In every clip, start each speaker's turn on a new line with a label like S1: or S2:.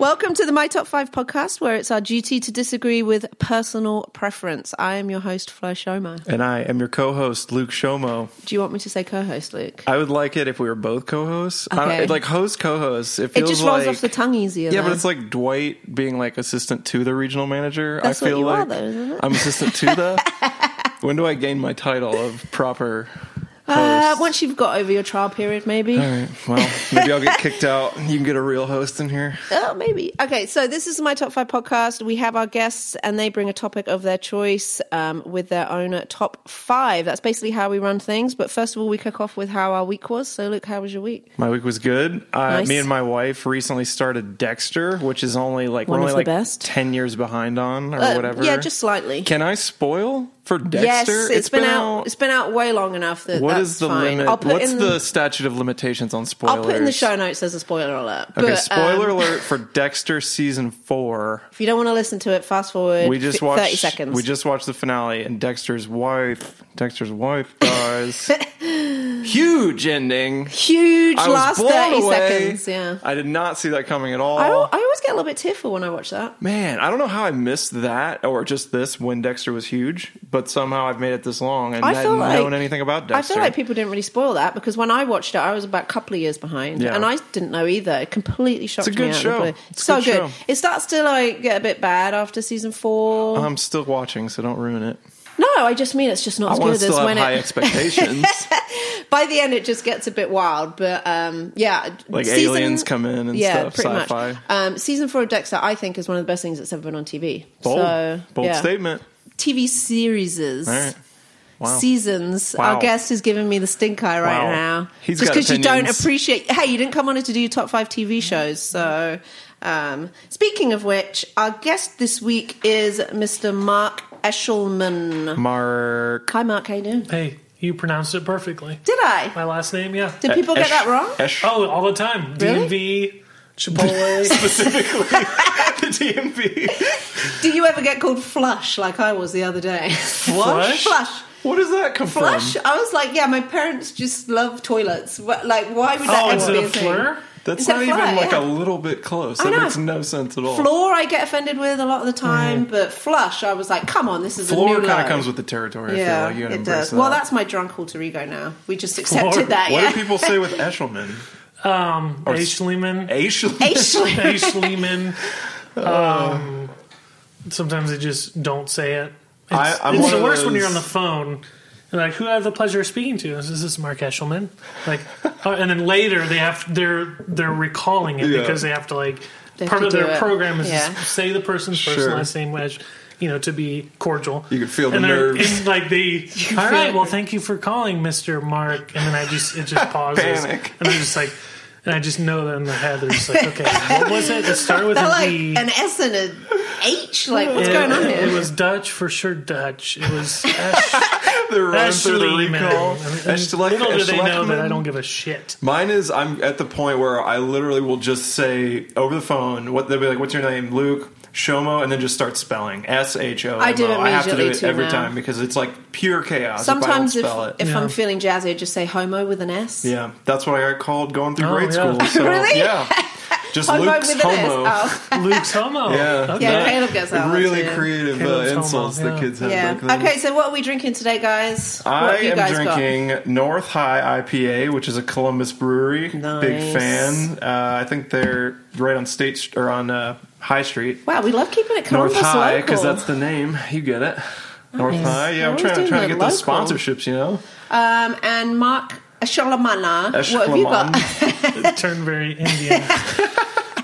S1: Welcome to the My Top 5 podcast, where it's our duty to disagree with personal preference. I am your host, Fleur Shomer.
S2: And I am your co-host, Luke Shomo.
S1: Do you want me to say co host, Luke?
S2: I would like it if we were both co-hosts. I
S1: Okay.
S2: don't, like host co-hosts. It
S1: It
S2: feels
S1: just rolls
S2: like,
S1: off the tongue easier.
S2: Yeah,
S1: though.
S2: but it's like Dwight being like assistant to the regional manager.
S1: That's
S2: I
S1: what
S2: feel
S1: you are,
S2: like
S1: though, isn't it?
S2: I'm assistant to the. when do I gain my title of proper?
S1: Uh,
S2: host?
S1: once you've got over your trial period, maybe. Uh,
S2: All right. Well, maybe I'll get kicked out. You can get a real host in here.
S1: Oh, maybe. Okay, so this is my top five podcast. We have our guests, and they bring a topic of their choice um, with their own top five. That's basically how we run things. But first of all, we kick off with how our week was. So, Luke, how was your week?
S2: My week was good. Uh,
S1: Nice.
S2: Me and my wife recently started Dexter, which is only like
S1: One
S2: we're
S1: of
S2: only
S1: the
S2: like
S1: best.
S2: ten years behind on or
S1: Uh,
S2: whatever.
S1: yeah, just slightly.
S2: Can I spoil for Dexter?
S1: Yes, it's been, out. It's been out way long enough that
S2: What
S1: that's
S2: is the
S1: fine.
S2: limit?
S1: I'll put
S2: What's
S1: in
S2: the statute of limitations on spoilers?
S1: I'll put in the show notes as a spoiler alert.
S2: Okay,
S1: But,
S2: spoiler
S1: um,
S2: alert for Dexter season four.
S1: If you don't want to listen to it, fast forward.
S2: We just
S1: fi-
S2: watched
S1: thirty seconds.
S2: We just watched the finale, and Dexter's wife, Dexter's wife dies. Huge ending.
S1: huge
S2: I was
S1: last
S2: blown
S1: thirty
S2: away.
S1: seconds. Yeah,
S2: I did not see that coming at all.
S1: I, al- I always get a little bit tearful when I watch that.
S2: Man, I don't know how I missed that or just this when Dexter was huge, but somehow I've made it this long and I
S1: I
S2: hadn't
S1: feel like
S2: known anything about
S1: I
S2: Dexter.
S1: feel like people didn't really spoil that because when I watched it, I was about a couple of years behind,
S2: Yeah.
S1: and I didn't know either. It completely shocked
S2: good
S1: me. out of the
S2: show.
S1: blue.
S2: It's a
S1: so
S2: good
S1: good.
S2: show.
S1: It starts to like get a bit bad after season four.
S2: I'm still watching, so don't ruin it.
S1: no, I just mean it's just not
S2: I
S1: as
S2: want
S1: good
S2: to
S1: as
S2: still have
S1: when
S2: high
S1: it.
S2: expectations.
S1: by the end, it just gets a bit wild. But um, yeah,
S2: Like aliens come in and stuff, sci-fi.
S1: Um, season four of Dexter, I think, is one of the best things that's ever been on TV.
S2: Bold,
S1: so,
S2: bold
S1: yeah.
S2: statement.
S1: TV series.
S2: All right. Wow.
S1: seasons. Our
S2: Wow.
S1: guest is giving me the stink eye right
S2: Wow.
S1: now.
S2: He's
S1: Just
S2: got
S1: because you don't
S2: opinions.
S1: appreciate. Hey, you didn't come on here to do your top five TV shows. So, um, speaking of which, our guest this week is Mr. Mark Eshelman.
S2: Mark.
S1: Hi, Mark. How you doing?
S3: Hey, you pronounced it perfectly.
S1: Did I?
S3: My last name, yeah.
S1: Did people get that wrong?
S2: Esh-
S3: Oh, all the time.
S1: Really?
S3: DMV, Chipotle.
S2: specifically the DMV.
S1: Do you ever get called flush like I was the other day?
S3: Flush?
S1: flush.
S2: What does that come
S1: Flush.
S2: from?
S1: I was like, yeah, my parents just love toilets. What- Like, why would that
S3: oh,
S1: ever
S3: is it
S1: be a
S3: a
S1: thing?
S3: fleur?
S2: That's
S1: It's a
S2: not
S1: fly,
S2: even like
S1: yeah.
S2: a little bit close.
S1: I
S2: That
S1: know.
S2: makes no sense at all.
S1: Floor, I get offended with a lot of the time, but flush, I was like, come on, this is a
S2: Floor
S1: new
S2: kind
S1: low.
S2: of comes with the territory. I feel
S1: Yeah,
S2: like you gotta
S1: it
S2: embrace
S1: does.
S2: that.
S1: Well, that's my drunk alter ego now. We just accepted
S3: Floor.
S1: that.
S2: what
S1: yeah.
S2: do people say with Eshelman?
S3: Um, H. Lehman.
S2: Ashel.
S1: Actually,
S3: H. Lehman.
S2: Uh.
S3: Um, sometimes they just don't say it. It's,
S2: I- I'm
S3: it's
S2: one
S3: the
S2: of
S3: worst when you're on the
S2: those-
S3: phone. You're like, who I have the pleasure of speaking to? This is Mark Eshelman. Like, uh, and then later they have they're they're recalling it
S2: Yeah.
S3: because they have to like
S1: They have
S3: part
S1: to
S3: of
S1: do
S3: their
S1: it.
S3: program is
S1: Yeah.
S3: to say the person's first
S2: Sure.
S3: and last name, which you know to be cordial.
S2: You can feel the
S3: and they're-
S2: nerves.
S3: And like they, all
S1: feel
S3: right,
S1: it.
S3: well, thank you for calling, Mister Mark. And then I just it just pauses,
S2: Panic.
S3: and I'm just like. And I just know that in the head, they're just like, okay, what was it? It started with
S1: they're
S3: an
S1: like
S3: E.
S1: an S and an H. Like, what's
S3: It-
S1: going on here?
S3: It was Dutch for sure. Dutch. It was Ash-
S2: They're running through the
S3: Ashley.
S2: recall.
S3: Man.
S2: Ashley-
S3: Little do they know that
S2: Ashleyman?
S3: I don't give a shit.
S2: Mine is I'm at the point where I literally will just say over the phone what they'll be like, "What's your name, Luke?" Shomo, and then just start spelling S H O M O.
S1: I do it
S2: I have to do
S1: immediately
S2: it
S1: too
S2: every
S1: now.
S2: time because it's like pure chaos.
S1: Sometimes
S2: if,
S1: if,
S2: I don't spell it.
S1: if
S3: Yeah.
S1: I'm feeling jazzy, I just say homo with an S.
S2: yeah, that's what I got called going through
S3: Oh,
S2: grade
S3: yeah.
S2: school. So,
S1: Really?
S2: Yeah, just
S1: Homo
S2: Luke's
S1: with an
S2: homo.
S1: S. Oh.
S3: Luke's homo.
S2: Yeah,
S3: Okay.
S1: Yeah,
S2: That-
S1: Caleb gets that one,
S2: Really
S1: too.
S2: creative uh,
S3: Caleb's homo,
S2: insults that
S3: yeah.
S2: kids have.
S1: Yeah.
S2: Back then.
S1: Okay, so what are we drinking today, guys?
S2: I
S1: what have you
S2: am
S1: guys
S2: drinking North High IPA, which is a Columbus brewery.
S1: Nice.
S2: Big fan. Uh, I think they're right on State St- or on uh, High Street.
S1: got? Wow, we love keeping it
S2: North
S1: Columbus
S2: High,
S1: local.
S2: because that's the name. You get it. North
S1: Nice.
S2: High. Yeah,
S1: We're
S2: I'm
S1: always
S2: trying,
S1: doing
S2: trying to
S1: the
S2: get those
S1: local.
S2: sponsorships, you know?
S1: um, and Mark Asholamana. What have you got?
S3: It turned very Indian.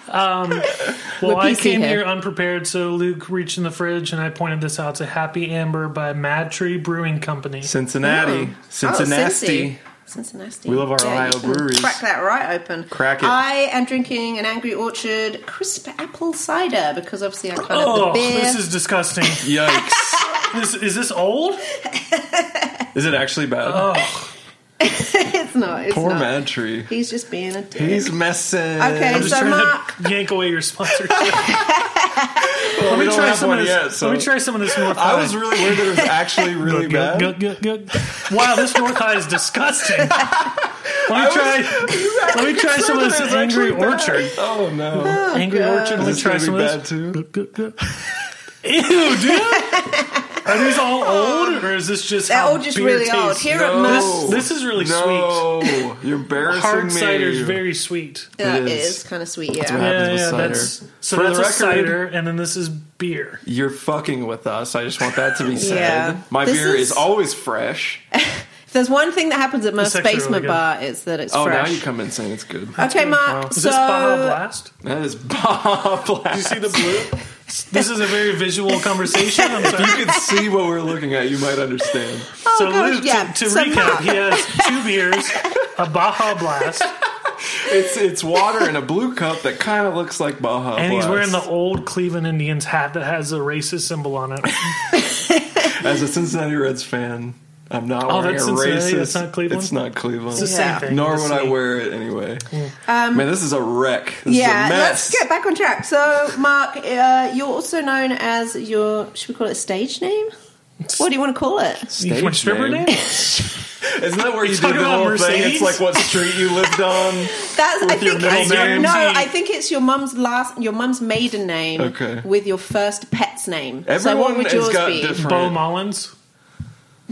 S3: um, well,
S1: We're
S3: I
S1: PC
S3: came
S1: here.
S3: here unprepared, so Luke reached in the fridge and I pointed this out. It's a Happy Amber by Mad Tree Brewing Company.
S2: Cincinnati.
S1: Oh. Oh,
S2: Cincinnati.
S1: Cincy. Cincinnati.
S2: We love our
S1: Yeah,
S2: Ohio
S1: you can
S2: breweries.
S1: Crack that right open.
S2: Crack it.
S1: I am drinking an Angry Orchard crisp apple cider because obviously I cut
S3: Oh,
S1: up the beer.
S3: this is disgusting.
S2: Yikes!
S3: this, is this old?
S2: Is it actually bad?
S1: it's not. It's
S2: Poor
S1: Oh, not.
S2: Mad Tree.
S1: He's just being a dick.
S2: He's messing.
S1: Okay,
S3: I'm just
S1: So,
S3: trying
S1: Mark-
S3: to yank away your sponsorship. Let
S2: Well, we
S3: me
S2: don't
S3: try
S2: have
S3: some
S2: one
S3: of this.
S2: yet. So
S3: Let me try some of this North.
S2: I was
S3: High.
S2: really worried that it was actually really bad.
S3: Good, good, good, good. Wow, this North High is disgusting. Let me try. Let me try some of this
S2: It's actually
S3: Angry
S2: bad.
S3: Orchard.
S2: Oh no!
S3: Angry Orchard. Let me
S2: Is this
S3: try
S2: gonna
S3: some
S2: be
S3: of this.
S2: bad too?
S3: Ew, dude. Are these all
S2: Oh,
S3: old, or is this just
S1: They're
S3: how
S1: all just
S3: beer
S1: really old.
S3: tastes?
S1: Here
S2: No.
S1: at Mass,
S3: This is really sweet.
S2: No, you're embarrassing
S3: Hard
S2: me.
S3: cider is very sweet.
S1: yeah,
S2: It
S1: it
S2: is.
S1: is kind of sweet. Yeah.
S2: what happens
S3: Yeah,
S2: with
S3: yeah.
S2: cider.
S3: That's so.
S2: For the
S3: that's a
S2: record-
S3: cider, and then this is beer.
S2: You're fucking with us. I just want that to be said.
S1: Yeah.
S2: My
S1: This
S2: beer is,
S1: is-
S2: always fresh.
S1: If there's one thing that happens at most
S3: actually really
S1: basement
S3: good.
S1: bar is that it's
S2: Oh,
S1: fresh.
S2: now you come in saying it's good.
S1: okay, Mark.
S3: Is
S1: so
S3: this Baja Blast?
S2: That is Bob Black.
S3: You see the blue? this is a very visual conversation. I'm sorry.
S2: You can see what we're looking at. You might understand.
S1: oh,
S3: so
S1: gosh,
S3: Luke, to-
S1: yeah.
S3: to,
S1: so
S3: recap,
S1: Mark,
S3: he has two beers, a Baja Blast,
S2: It's it's water in a blue cup that kind of looks like Baja.
S3: and he's wearing
S2: Blast.
S3: the old Cleveland Indians hat that has a racist symbol on it.
S2: As a Cincinnati Reds fan, I'm not
S3: Oh,
S2: wearing
S3: that's
S2: a
S3: Cincinnati?
S2: racist.
S3: That's not Cleveland?
S2: It's not Cleveland.
S3: It's the
S1: Yeah.
S3: same thing.
S2: Nor
S3: the
S2: would I
S3: same- Um,
S2: wear it anyway. Man, this is a wreck. This
S1: yeah,
S2: is a
S1: let's
S2: mess.
S1: get back on track. So, Mark, uh, you're also known as your, should we call it stage name? What do you want to call it?
S3: You want stripper
S2: name.
S3: name?
S2: Isn't that where you
S3: talking
S2: did the
S3: about
S2: whole thing?
S3: Mercedes?
S2: It's like what street you lived on.
S1: That's, I
S2: With your
S1: think
S2: middle
S1: it's
S2: name?
S1: no, I think it's your mum's last, your mum's maiden name
S2: Okay.
S1: with your first pet's name. so, what
S2: Everyone
S1: would
S2: has
S1: yours
S2: got
S1: be?
S2: different.
S3: Bo Mullins.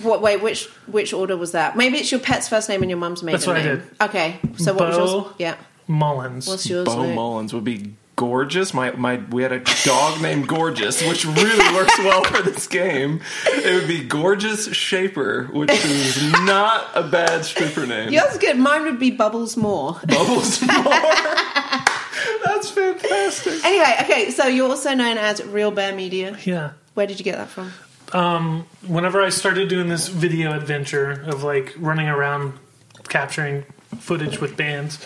S1: What, wait, which which order was that? Maybe it's your pet's first name and your mum's maiden
S3: That's what I
S1: name. Okay, so what was
S3: Bo.
S1: yours? Yeah,
S3: Mullins.
S1: what's yours?
S2: Bo
S1: Luke?
S2: Mullins would be gorgeous. My my we had a dog named Gorgeous, which really works well for this game. It would be Gorgeous Shaper, which is not a bad stripper name.
S1: Yours is good. Mine would be Bubbles Moore.
S2: Bubbles Moore. That's fantastic.
S1: anyway, okay, so you're also known as Real Bear Media.
S3: Yeah.
S1: Where did you get that from?
S3: um, whenever I started doing this video adventure of like running around capturing footage with bands,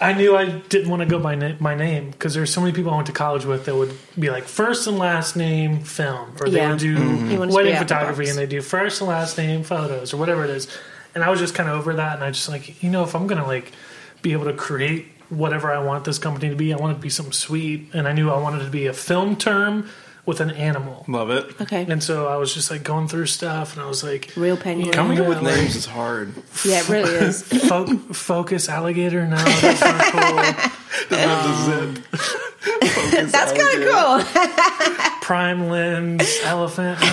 S3: I knew I didn't want to go by na- my name because there's so many people I went to college with that would be like first and last name film, or they
S1: Yeah.
S3: would do
S1: Mm-hmm. You wanna stay
S3: wedding
S1: out the
S3: photography
S1: box.
S3: and they do first and last name photos or whatever it is. And I was just kind of over that, and I just like you know if I'm gonna like be able to create whatever I want this company to be, I want it to be something sweet, and I knew I wanted it to be a film term with an animal.
S2: Love it.
S1: Okay.
S3: And so I was just like going through stuff, and I was like,
S1: Real penguin.
S2: Coming up
S3: Yeah,
S2: with
S3: like,
S2: names is hard.
S1: Yeah, it really is.
S3: fo- focus alligator. No, that's not cool. Um,
S1: That's kind of cool.
S3: Prime limbs, elephant. No.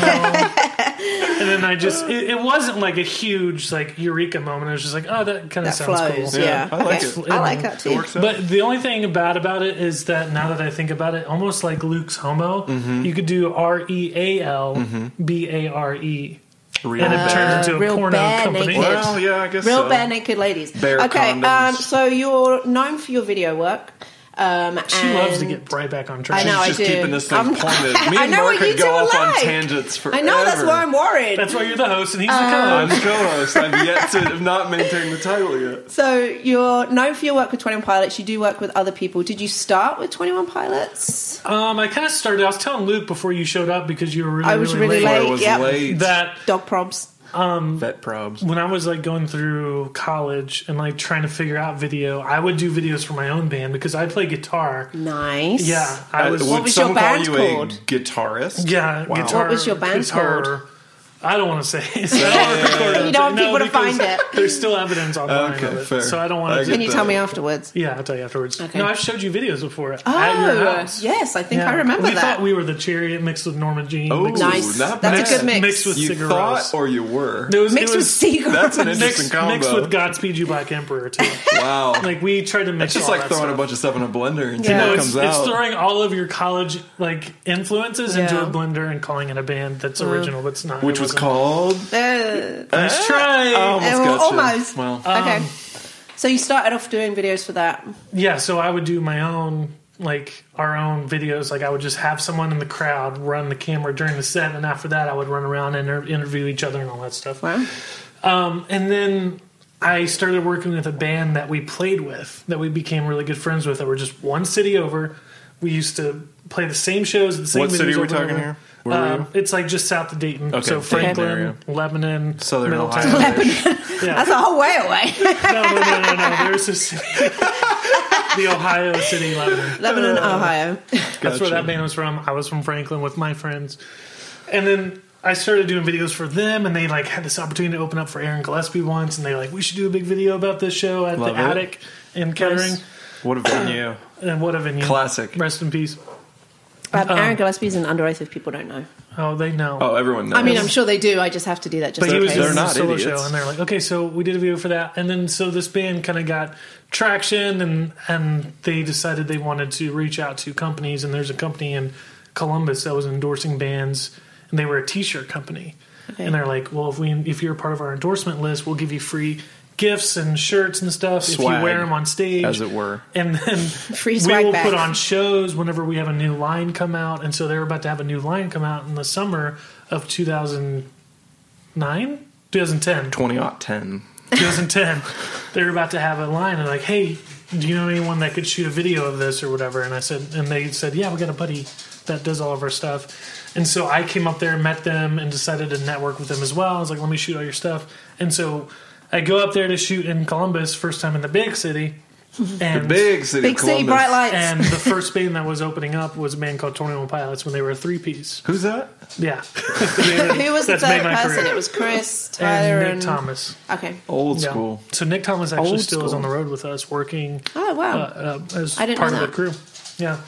S3: and then I just, it, it wasn't like a huge like eureka moment. It was just like, oh, that kind
S1: That
S3: of sounds
S1: flows.
S3: cool.
S1: Yeah.
S2: Yeah, I like
S1: okay.
S2: it.
S1: I like that
S2: It
S1: too.
S2: works out.
S3: But the only thing bad about it is that now that I think about it, almost like Luke's homo, you could do R E A L B A R E,
S2: Real
S3: and it turns into a
S1: real
S3: porno
S1: bear
S3: company.
S1: naked.
S2: Well, yeah, I guess
S1: Real
S2: so.
S1: Bear Naked Ladies.
S2: Bear
S1: okay,
S2: condoms.
S1: um, so you're known for your video work. Um,
S3: She loves to
S1: and-
S3: get right back on track.
S1: I know,
S2: She's
S1: I
S2: just
S1: do.
S2: keeping this thing
S1: I'm-
S2: pointed. Me
S1: I
S2: and
S1: know
S2: Mark
S1: what you
S2: could
S1: two
S2: go
S1: are
S2: off on
S1: like.
S2: tangents forever.
S1: I know that's why I'm worried.
S3: That's why you're the host and he's
S1: Um,
S3: the co-host.
S2: I'm the co-host. I've yet to have not maintained the title yet.
S1: So you're known for your work with Twenty One Pilots. You do work with other people. Did you start with Twenty One Pilots?
S3: Um, I kind of started. I was telling Luke before you showed up because you were really,
S1: I was
S3: really,
S1: really
S3: late,
S2: Boy, it was
S1: yep.
S2: late.
S3: That
S1: Dog probs.
S2: Vet probs.
S3: when I was like going through college and like trying to figure out video, I would do videos for my own band because I play guitar.
S1: Nice.
S3: Yeah, I was.
S2: Would
S1: was your
S2: someone call
S1: band
S2: you
S1: called?
S2: a guitarist?
S3: yeah,
S2: Uh, Wow.
S3: guitar.
S1: What was your band
S3: guitar,
S1: called?
S3: I don't want to say. So I don't record it.
S1: You don't want
S3: No,
S1: people to
S3: because
S1: find it.
S3: There's still evidence online
S2: Okay,
S3: of it,
S2: fair.
S3: so I don't
S2: I
S3: want
S2: get
S3: to.
S1: Can
S3: do
S1: you
S2: that.
S1: tell me afterwards?
S3: Yeah, I'll tell you afterwards.
S1: Okay.
S3: No, I've showed you videos before.
S1: Oh,
S3: at your house.
S1: yes, I think
S3: Yeah.
S1: I remember
S3: we
S1: that.
S3: thought we were the Chariot mixed with Norma Jean.
S2: Oh,
S3: mixed
S1: nice.
S2: not
S1: That's a
S2: bad.
S1: good mix.
S3: mixed with
S2: You
S3: cigarettes.
S2: thought or you were.
S3: It was,
S1: Mixed with
S3: it was
S1: Seagull.
S2: That's an interesting
S3: mixed,
S2: combo.
S3: mixed with Godspeed You Black Emperor too.
S2: wow.
S3: like we tried to mix.
S2: it's just
S3: all
S2: like
S3: that
S2: throwing
S3: stuff.
S2: a bunch of stuff in a blender and
S1: Yeah.
S2: seeing
S1: No,
S2: what
S3: It's,
S2: comes
S3: it's
S2: out.
S3: throwing all of your college like influences into
S1: Yeah.
S3: a blender and calling it a band that's original, but it's not.
S2: which was
S3: It wasn't.
S2: called.
S1: Uh,
S3: Nice try.
S2: I almost
S1: well,
S2: got you.
S1: almost.
S2: Well,
S3: um,
S1: okay. So you started off doing videos for that.
S3: yeah, so I would do my own like our own videos. Like I would just have someone in the crowd run the camera during the set, and after that, I would run around and inter- interview each other and all that stuff.
S1: Wow.
S3: Um, and then I started working with a band that we played with, that we became really good friends with, that were just one city over. We used to play the same shows at the same.
S2: What city are we
S3: venues over and
S2: talking
S3: over.
S2: here? Where were
S3: Um, it's like just south of Dayton,
S2: Okay,
S3: so
S2: Dayton
S3: Franklin,
S2: area.
S3: Lebanon,
S2: Southern
S3: Middletown.
S2: Ohio.
S3: Yeah.
S1: That's a whole way away.
S3: no, no, no, no, no. There's a city, the Ohio City, Lebanon.
S1: Lebanon,
S3: Uh,
S1: Ohio.
S3: That's where
S2: Gotcha.
S3: that band was from. I was from Franklin with my friends, and then I started doing videos for them. And they like had this opportunity to open up for Aaron Gillespie once, and they like we should do a big video about this show at
S2: Love
S3: the
S2: it.
S3: attic in Kettering.
S2: What a venue.
S3: And what a venue!
S2: Classic.
S3: Rest in peace.
S1: Um, Aaron Gillespie's an underrated people don't know.
S3: Oh, they know.
S2: Oh, everyone knows.
S1: I mean, I'm sure they do. I just have to do that just
S3: But
S1: in
S3: he was
S1: case.
S3: doing
S2: They're
S3: a
S2: not
S3: solo
S2: idiots.
S3: show, and they're like, okay, so we did a video for that, and then so this band kind of got traction, and and they decided they wanted to reach out to companies, and there's a company in Columbus that was endorsing bands, and they were a T-shirt company,
S1: Okay.
S3: and they're like, well, if we if you're part of our endorsement list, we'll give you free gifts and shirts and stuff if
S2: Swag,
S3: you wear them on stage,
S2: as it were.
S3: and then
S1: Free
S3: we
S1: swag
S3: will
S1: bags.
S3: put on shows whenever we have a new line come out, and so they're about to have a new line come out in the summer of 2009, 2010,
S2: 20 aught 10.
S3: 2010. they're about to have a line, and like, hey, do you know anyone that could shoot a video of this or whatever? And I said, and they said, yeah, we got a buddy that does all of our stuff. And so I came up there, met them, and decided to network with them as well. I was like, let me shoot all your stuff. And so I go up there to shoot in Columbus, first time in the big city. And
S2: Big city.
S1: Big
S2: of
S1: City
S2: Columbus.
S1: Bright Lights.
S3: and the first band that was opening up was a band called 21 Pilots when they were a three piece.
S2: Who's that?
S3: Yeah.
S1: Who was the
S3: That's made
S1: third
S3: my
S1: person?
S3: career.
S1: It was Chris, Tyler,
S3: And
S1: and,
S3: Nick Thomas.
S1: Okay.
S2: Old
S3: Yeah.
S2: school.
S3: So Nick Thomas actually
S2: Old
S3: still is
S2: school.
S3: on the road with us working
S1: Oh wow!
S3: uh, uh, as
S1: I didn't
S3: part
S1: know
S3: of the
S1: that.
S3: crew. Yeah.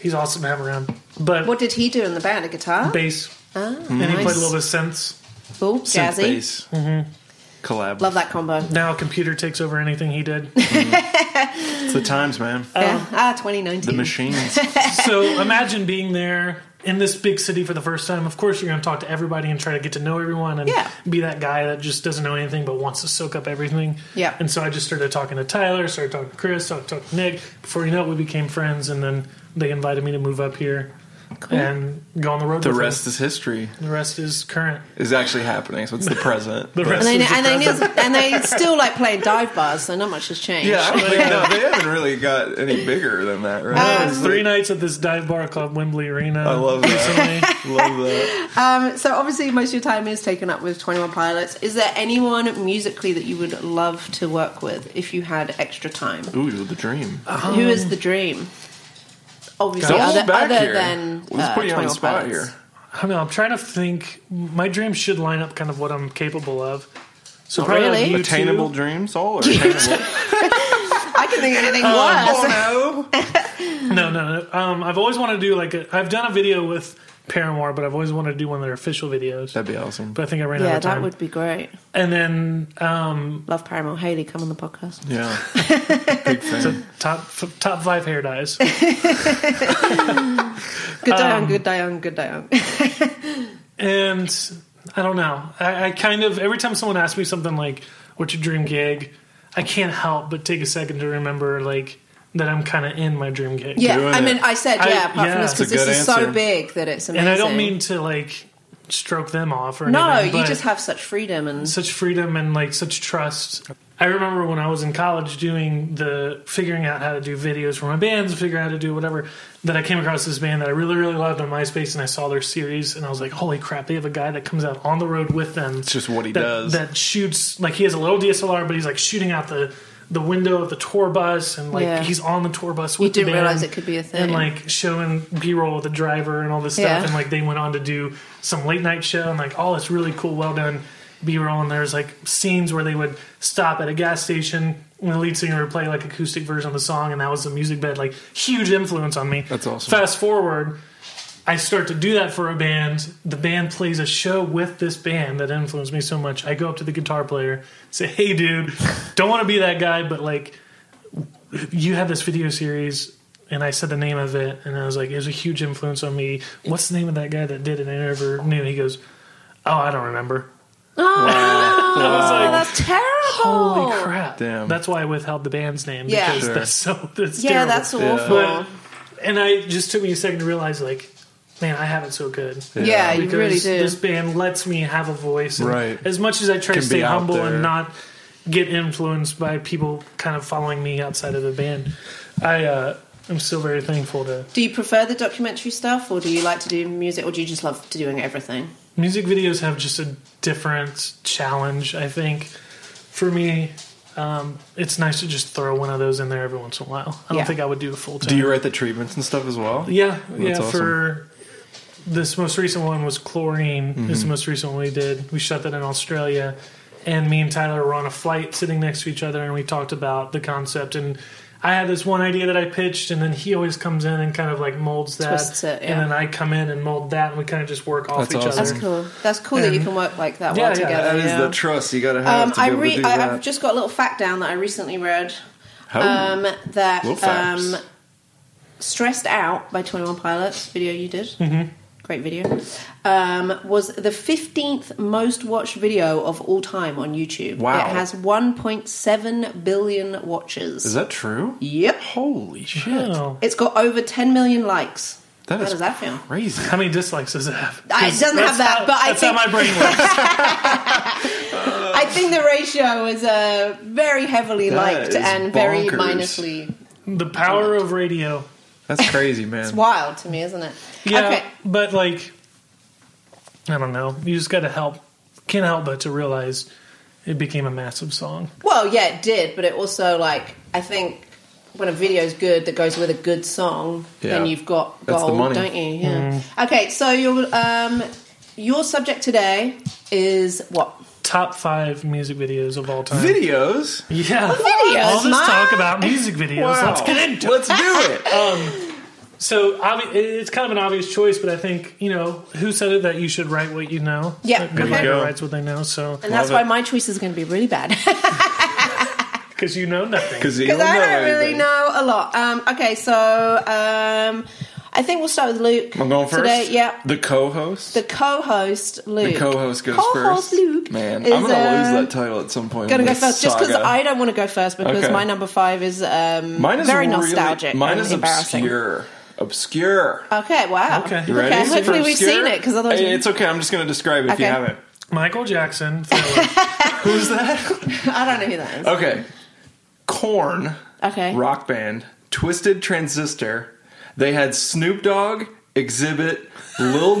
S3: He's awesome to have around. But
S1: what did he do in the band? A guitar?
S3: bass.
S1: Ah,
S2: Hmm.
S3: And he played
S1: nice.
S3: a little bit of synths.
S1: cool,
S2: Synth
S1: jazzy. Mm-hmm.
S2: bass. Collab.
S1: Love that combo.
S3: Now a computer takes over anything he did.
S2: It's the times, man.
S1: yeah. Ah,
S2: Um, The
S1: 2019.
S2: machines.
S3: so imagine being there in this big city for the first time. Of course, you're going to talk to everybody and try to get to know everyone and
S1: Yeah.
S3: be that guy that just doesn't know anything but wants to soak up everything.
S1: Yeah.
S3: And so I just started talking to Tyler, started talking to Chris, started talking to Nick. Before you know it, we became friends, and then they invited me to move up here and go on the road.
S2: the
S3: with them.
S2: rest is history.
S3: the rest is current.
S2: Is actually happening. So it's the present.
S3: The rest
S1: and they
S3: is the
S1: and they,
S3: present.
S1: and they still like playing dive bars, so not much has changed.
S2: Yeah, I don't think no, they haven't really got any bigger than that, right?
S1: Um,
S3: It was
S2: It's
S3: Three
S2: like-
S3: nights at this dive bar called Wembley Arena.
S2: I love that.
S3: Recently.
S2: love that.
S1: Um, so obviously, most of your time is taken up with Twenty One Pilots. Is there anyone musically that you would love to work with if you had extra time?
S2: Ooh, the dream.
S1: Who is the dream? Obviously,
S2: Don't hold
S1: other,
S2: back
S1: other
S2: here.
S1: than
S2: Let's
S1: uh,
S2: put you
S1: 21
S2: on the spot
S1: Pilots.
S2: here.
S3: I don't know. I'm trying to think. My dreams should line up kind of what I'm capable of. So
S1: Oh,
S3: probably like
S1: really?
S3: you two.
S2: Attainable dreams, all or attainable.
S1: I can think of anything worse.
S2: oh no!
S3: No, no, no. Um, I've always wanted to do like a, I've done a video with Paramore, but I've always wanted to do one of their official videos.
S2: That'd be awesome.
S3: but I think I ran out
S1: Yeah,
S3: of time.
S1: that would be great.
S3: and then um,
S1: Love Paramore Haley. Come on the podcast.
S2: Yeah, big fan.
S3: top f- top five hair dyes.
S1: Good day
S2: Um,
S1: on, good day on, good day on.
S3: and I don't know. I, I kind of every time someone asks me something like, "What's your dream gig?" I can't help but take a second to remember like that I'm kind of in my dream gig.
S1: Yeah,
S2: Doing
S1: I mean,
S2: it.
S1: I said
S3: I-
S1: yeah, apart
S3: yeah.
S1: from this
S3: It's a
S1: because this
S2: good
S1: is
S2: answer.
S1: so big that it's amazing.
S3: and I don't mean to like stroke them off or
S1: no.
S3: anything,
S1: You
S3: but-
S1: just have such freedom and
S2: Mm-hmm.
S3: such freedom and like such trust. I remember when I was in college doing the figuring out how to do videos for my bands, figuring out how to do whatever, that I came across this band that I really, really loved on MySpace and I saw their series and I was like, holy crap, they have a guy that comes out on the road with them. It's
S2: just what he
S3: that,
S2: does.
S3: That shoots, like he has a little DSLR, but he's like shooting out the, the window of the tour bus and like
S1: Yeah.
S3: he's on the tour bus
S1: you
S3: with
S1: didn't
S3: the band
S1: realize it could be a thing.
S3: and like showing b-roll with the driver and all this stuff
S1: Yeah.
S3: and like they went on to do some late night show and like all this really cool well done b-roll and there's like scenes where they would stop at a gas station and the lead singer would play like acoustic version of the song and that was the music bed like huge influence on me
S2: That's awesome.
S3: fast forward I start to do that for a band. The band plays a show with this band that influenced me so much. I go up to the guitar player, say, "Hey, dude, don't want to be that guy, but like, you had this video series." And I said the name of it, and I was like, "It was a huge influence on me." What's the name of that guy that did it? I never knew. He goes, "Oh, I don't remember."
S1: oh,
S2: Ah,
S3: I was like,
S1: that's terrible.
S3: "Holy crap!"
S2: Damn.
S3: That's why I withheld the band's name
S1: Yeah.
S3: because
S2: Sure.
S3: that's so that's
S1: Yeah,
S3: terrible.
S1: that's
S2: Yeah.
S1: awful.
S3: But, and I it just took me a second to realize, like, man, I have it so good.
S1: yeah, you
S3: Because
S1: really do.
S3: This band lets me have a voice. and
S2: Right.
S3: As much as I try
S2: Can
S3: to
S2: be
S3: stay
S2: out
S3: humble
S2: there.
S3: and not get influenced by people kind of following me outside of the band. I uh, I'm still very thankful to
S1: Do you prefer the documentary stuff, or do you like to do music, or do you just love doing everything?
S3: music videos have just a different challenge. I think for me. Um, it's nice to just throw one of those in there every once in a while. I don't
S1: Yeah.
S3: think I would do a full time.
S2: Do you write the treatments and stuff as well?
S3: Yeah, yeah.
S2: awesome.
S3: For this most recent one was chlorine.
S2: Mm-hmm.
S3: Is the most recent one we did. We shot that in Australia, and me and Tyler were on a flight, sitting next to each other, and we talked about the concept. And I had this one idea that I pitched, and then he always comes in and kind of like molds that,
S1: Twists it, yeah.
S3: and then I come in and mold that, and we kind of just work off
S2: That's
S3: each
S2: awesome.
S1: That's
S3: other.
S1: cool. That's cool that you can work like that
S3: Yeah,
S1: well
S3: yeah,
S1: together.
S2: That is
S1: yeah.
S2: the trust you gotta have
S1: um,
S2: to be
S1: I
S2: able to
S1: re-
S2: do
S1: I,
S2: that.
S1: I've just got a little fact down that I recently read
S2: How?
S1: um, that
S2: Little facts.
S1: um, "Stressed Out" by Twenty One Pilots video you did,
S2: Mm-hmm.
S1: great video, um, was the fifteenth most watched video of all time on YouTube.
S2: Wow.
S1: it has one point seven billion watches.
S2: is that true?
S1: yep,
S2: Holy shit!
S3: Oh.
S1: it's got over ten million likes.
S2: That
S1: How
S2: is
S1: does that feel?
S2: crazy.
S3: How many dislikes does it have?
S1: I- it doesn't have
S3: That's
S1: that,
S3: how-
S1: but I
S3: that's
S1: think-
S3: how my brain works.
S1: I think the ratio is uh, very heavily
S2: That
S1: liked
S2: is
S1: and very
S2: bonkers.
S1: minusly.
S3: the power of radio.
S2: That's crazy, man.
S1: It's wild to me, isn't it?
S3: Yeah,
S1: Okay.
S3: but like, I don't know. You just got to help. Can't help but to realize it became a massive song.
S1: Well, yeah, it did, but it also like I think when a video is good that goes with a good song, then
S2: Yeah.
S1: you've got
S2: That's the
S1: gold,
S2: money.
S1: don't you? Yeah. Okay, so your um, your subject today is what?
S3: Top five music videos of all time.
S2: Videos.
S3: Yeah,
S1: Videos,
S3: All this
S1: Mike.
S3: talk about music videos.
S2: Wow.
S3: Let's get into. it.
S2: Let's do it.
S3: So obvi- it's kind of an obvious choice, but I think you know who said it that you should write what you know.
S1: Yeah,
S3: A
S1: There
S3: good
S1: you
S3: writer
S2: go.
S3: writes what they know. So
S1: And that's
S2: Love
S1: why
S2: it.
S1: my choice is going to be really bad.
S3: because you know nothing.
S2: Because
S1: because I don't really know a lot. Um, okay, so um, I think we'll start with Luke.
S2: I'm going first.
S1: Today, yeah.
S2: The co-host.
S1: The co-host Luke.
S2: The co-host goes
S1: Co-host
S2: first.
S1: Luke.
S2: Man,
S1: is,
S2: I'm gonna
S1: uh,
S2: lose that title at some point.
S1: Gonna
S2: in
S1: go
S2: this
S1: first, just because
S2: saga.
S1: I don't want to go first because
S2: Okay.
S1: my number five is um,
S2: Mine is
S1: very
S2: really-
S1: nostalgic.
S2: Mine
S1: and
S2: is
S1: embarrassing.
S2: obscure. Obscure.
S1: Okay, wow.
S3: Okay.
S2: You ready?
S1: Okay, hopefully
S2: For
S1: we've
S2: obscure?
S1: seen it because otherwise,
S2: Hey, it's okay. I'm just gonna describe it if you
S1: Okay.
S2: haven't.
S3: Michael Jackson. Thriller.
S2: Who's that?
S1: I don't know who that is.
S2: Okay. Corn.
S1: Okay,
S2: rock band, Twisted Transistor. They had Snoop Dogg, Exhibit, Lil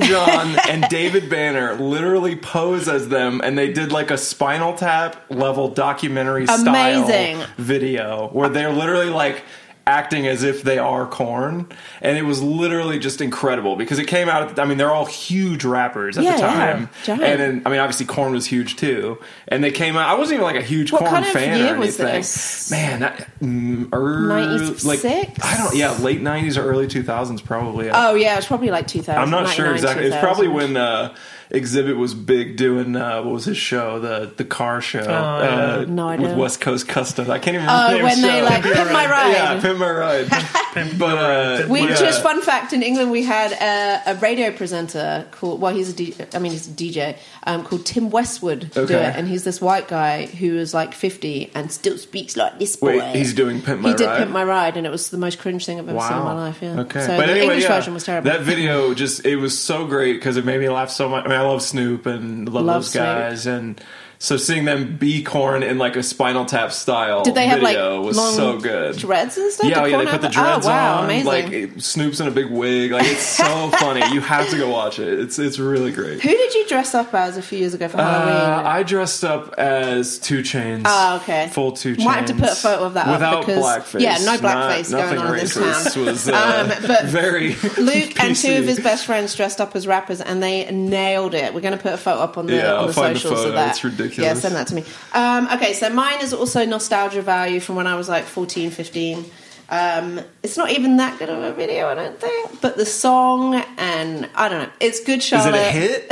S2: Jon, and David Banner literally pose as them, and they did like a Spinal Tap level documentary
S1: Amazing.
S2: style video where they're literally like acting as if they are corn and it was literally just incredible because it came out i mean they're all huge rappers at
S1: Yeah,
S2: the
S1: yeah.
S2: time
S1: Giant.
S2: and then i mean obviously corn was huge too and they came out i wasn't even like a huge
S1: What
S2: corn
S1: kind of
S2: fan
S1: year
S2: or
S1: was
S2: anything
S1: this?
S2: man that, mm, er,
S1: 96?
S2: like I don't. Yeah, late nineties or early two thousands, probably. I-
S1: oh yeah, it's probably like 2000.
S2: I'm not sure
S1: 99,
S2: exactly. It's probably
S1: 2000.
S2: when uh, Exhibit was big doing uh, what was his show the the car show uh,
S1: Oh, No idea.
S2: with West Coast Customs. I can't even remember the
S1: Oh,
S2: name
S1: when
S2: of the
S1: they
S2: show.
S1: like pimp my ride.
S2: yeah, Pimp My Ride. but uh,
S1: We
S2: yeah.
S1: just fun fact in England we had a, a radio presenter called well he's a D, I mean he's a DJ um, called Tim Westwood do
S2: Okay.
S1: it and he's this white guy who is like fifty and still speaks like this boy.
S2: Wait, he's doing Pimp My
S1: he did
S2: Ride?
S1: pimp my ride and it was the most cringe thing I've ever seen in my life. Yeah.
S2: Okay.
S1: So
S2: but
S1: the
S2: anyway,
S1: English
S2: yeah,
S1: version was terrible.
S2: That video just it was so great because it made me laugh so much. I mean, I love Snoop and love,
S1: Love
S2: those
S1: Snoop.
S2: guys, and so seeing them be corn in like a Spinal Tap style
S1: did they have like
S2: video was
S1: long
S2: so good.
S1: dreads and stuff?
S2: yeah,
S1: Did
S2: yeah, they
S1: Korn
S2: put the
S1: have that?
S2: dreads
S1: oh, wow,
S2: on.
S1: Amazing.
S2: Like it- Snoop's in a big wig. Like it's so funny. You have to go watch it. It's it's really great.
S1: Who did you dress up as a few years ago for
S2: Uh,
S1: Halloween?
S2: I dressed up as Two Chains.
S1: Oh, okay.
S2: Full Two Chains.
S1: Might have to put a photo of that up
S2: without
S1: because-
S2: blackface.
S1: yeah, no
S2: Not-
S1: blackface going
S2: nothing
S1: on in this
S2: racist
S1: town.
S2: Was uh,
S1: Um, but
S2: very
S1: Luke and two of
S2: PC.
S1: his best friends dressed up as rappers, and they nailed it. We're going to put a photo up on the,
S2: Yeah,
S1: on
S2: I'll
S1: the
S2: find the
S1: socials
S2: photo.
S1: of that.
S2: It's ridiculous.
S1: Yeah, send that to me. Um, okay, so mine is also nostalgia value from when I was like 14, 15. Um, it's not even that good of a video, I don't think, but the song and I don't know. It's good,
S2: Is it
S1: Charlotte.
S2: a hit?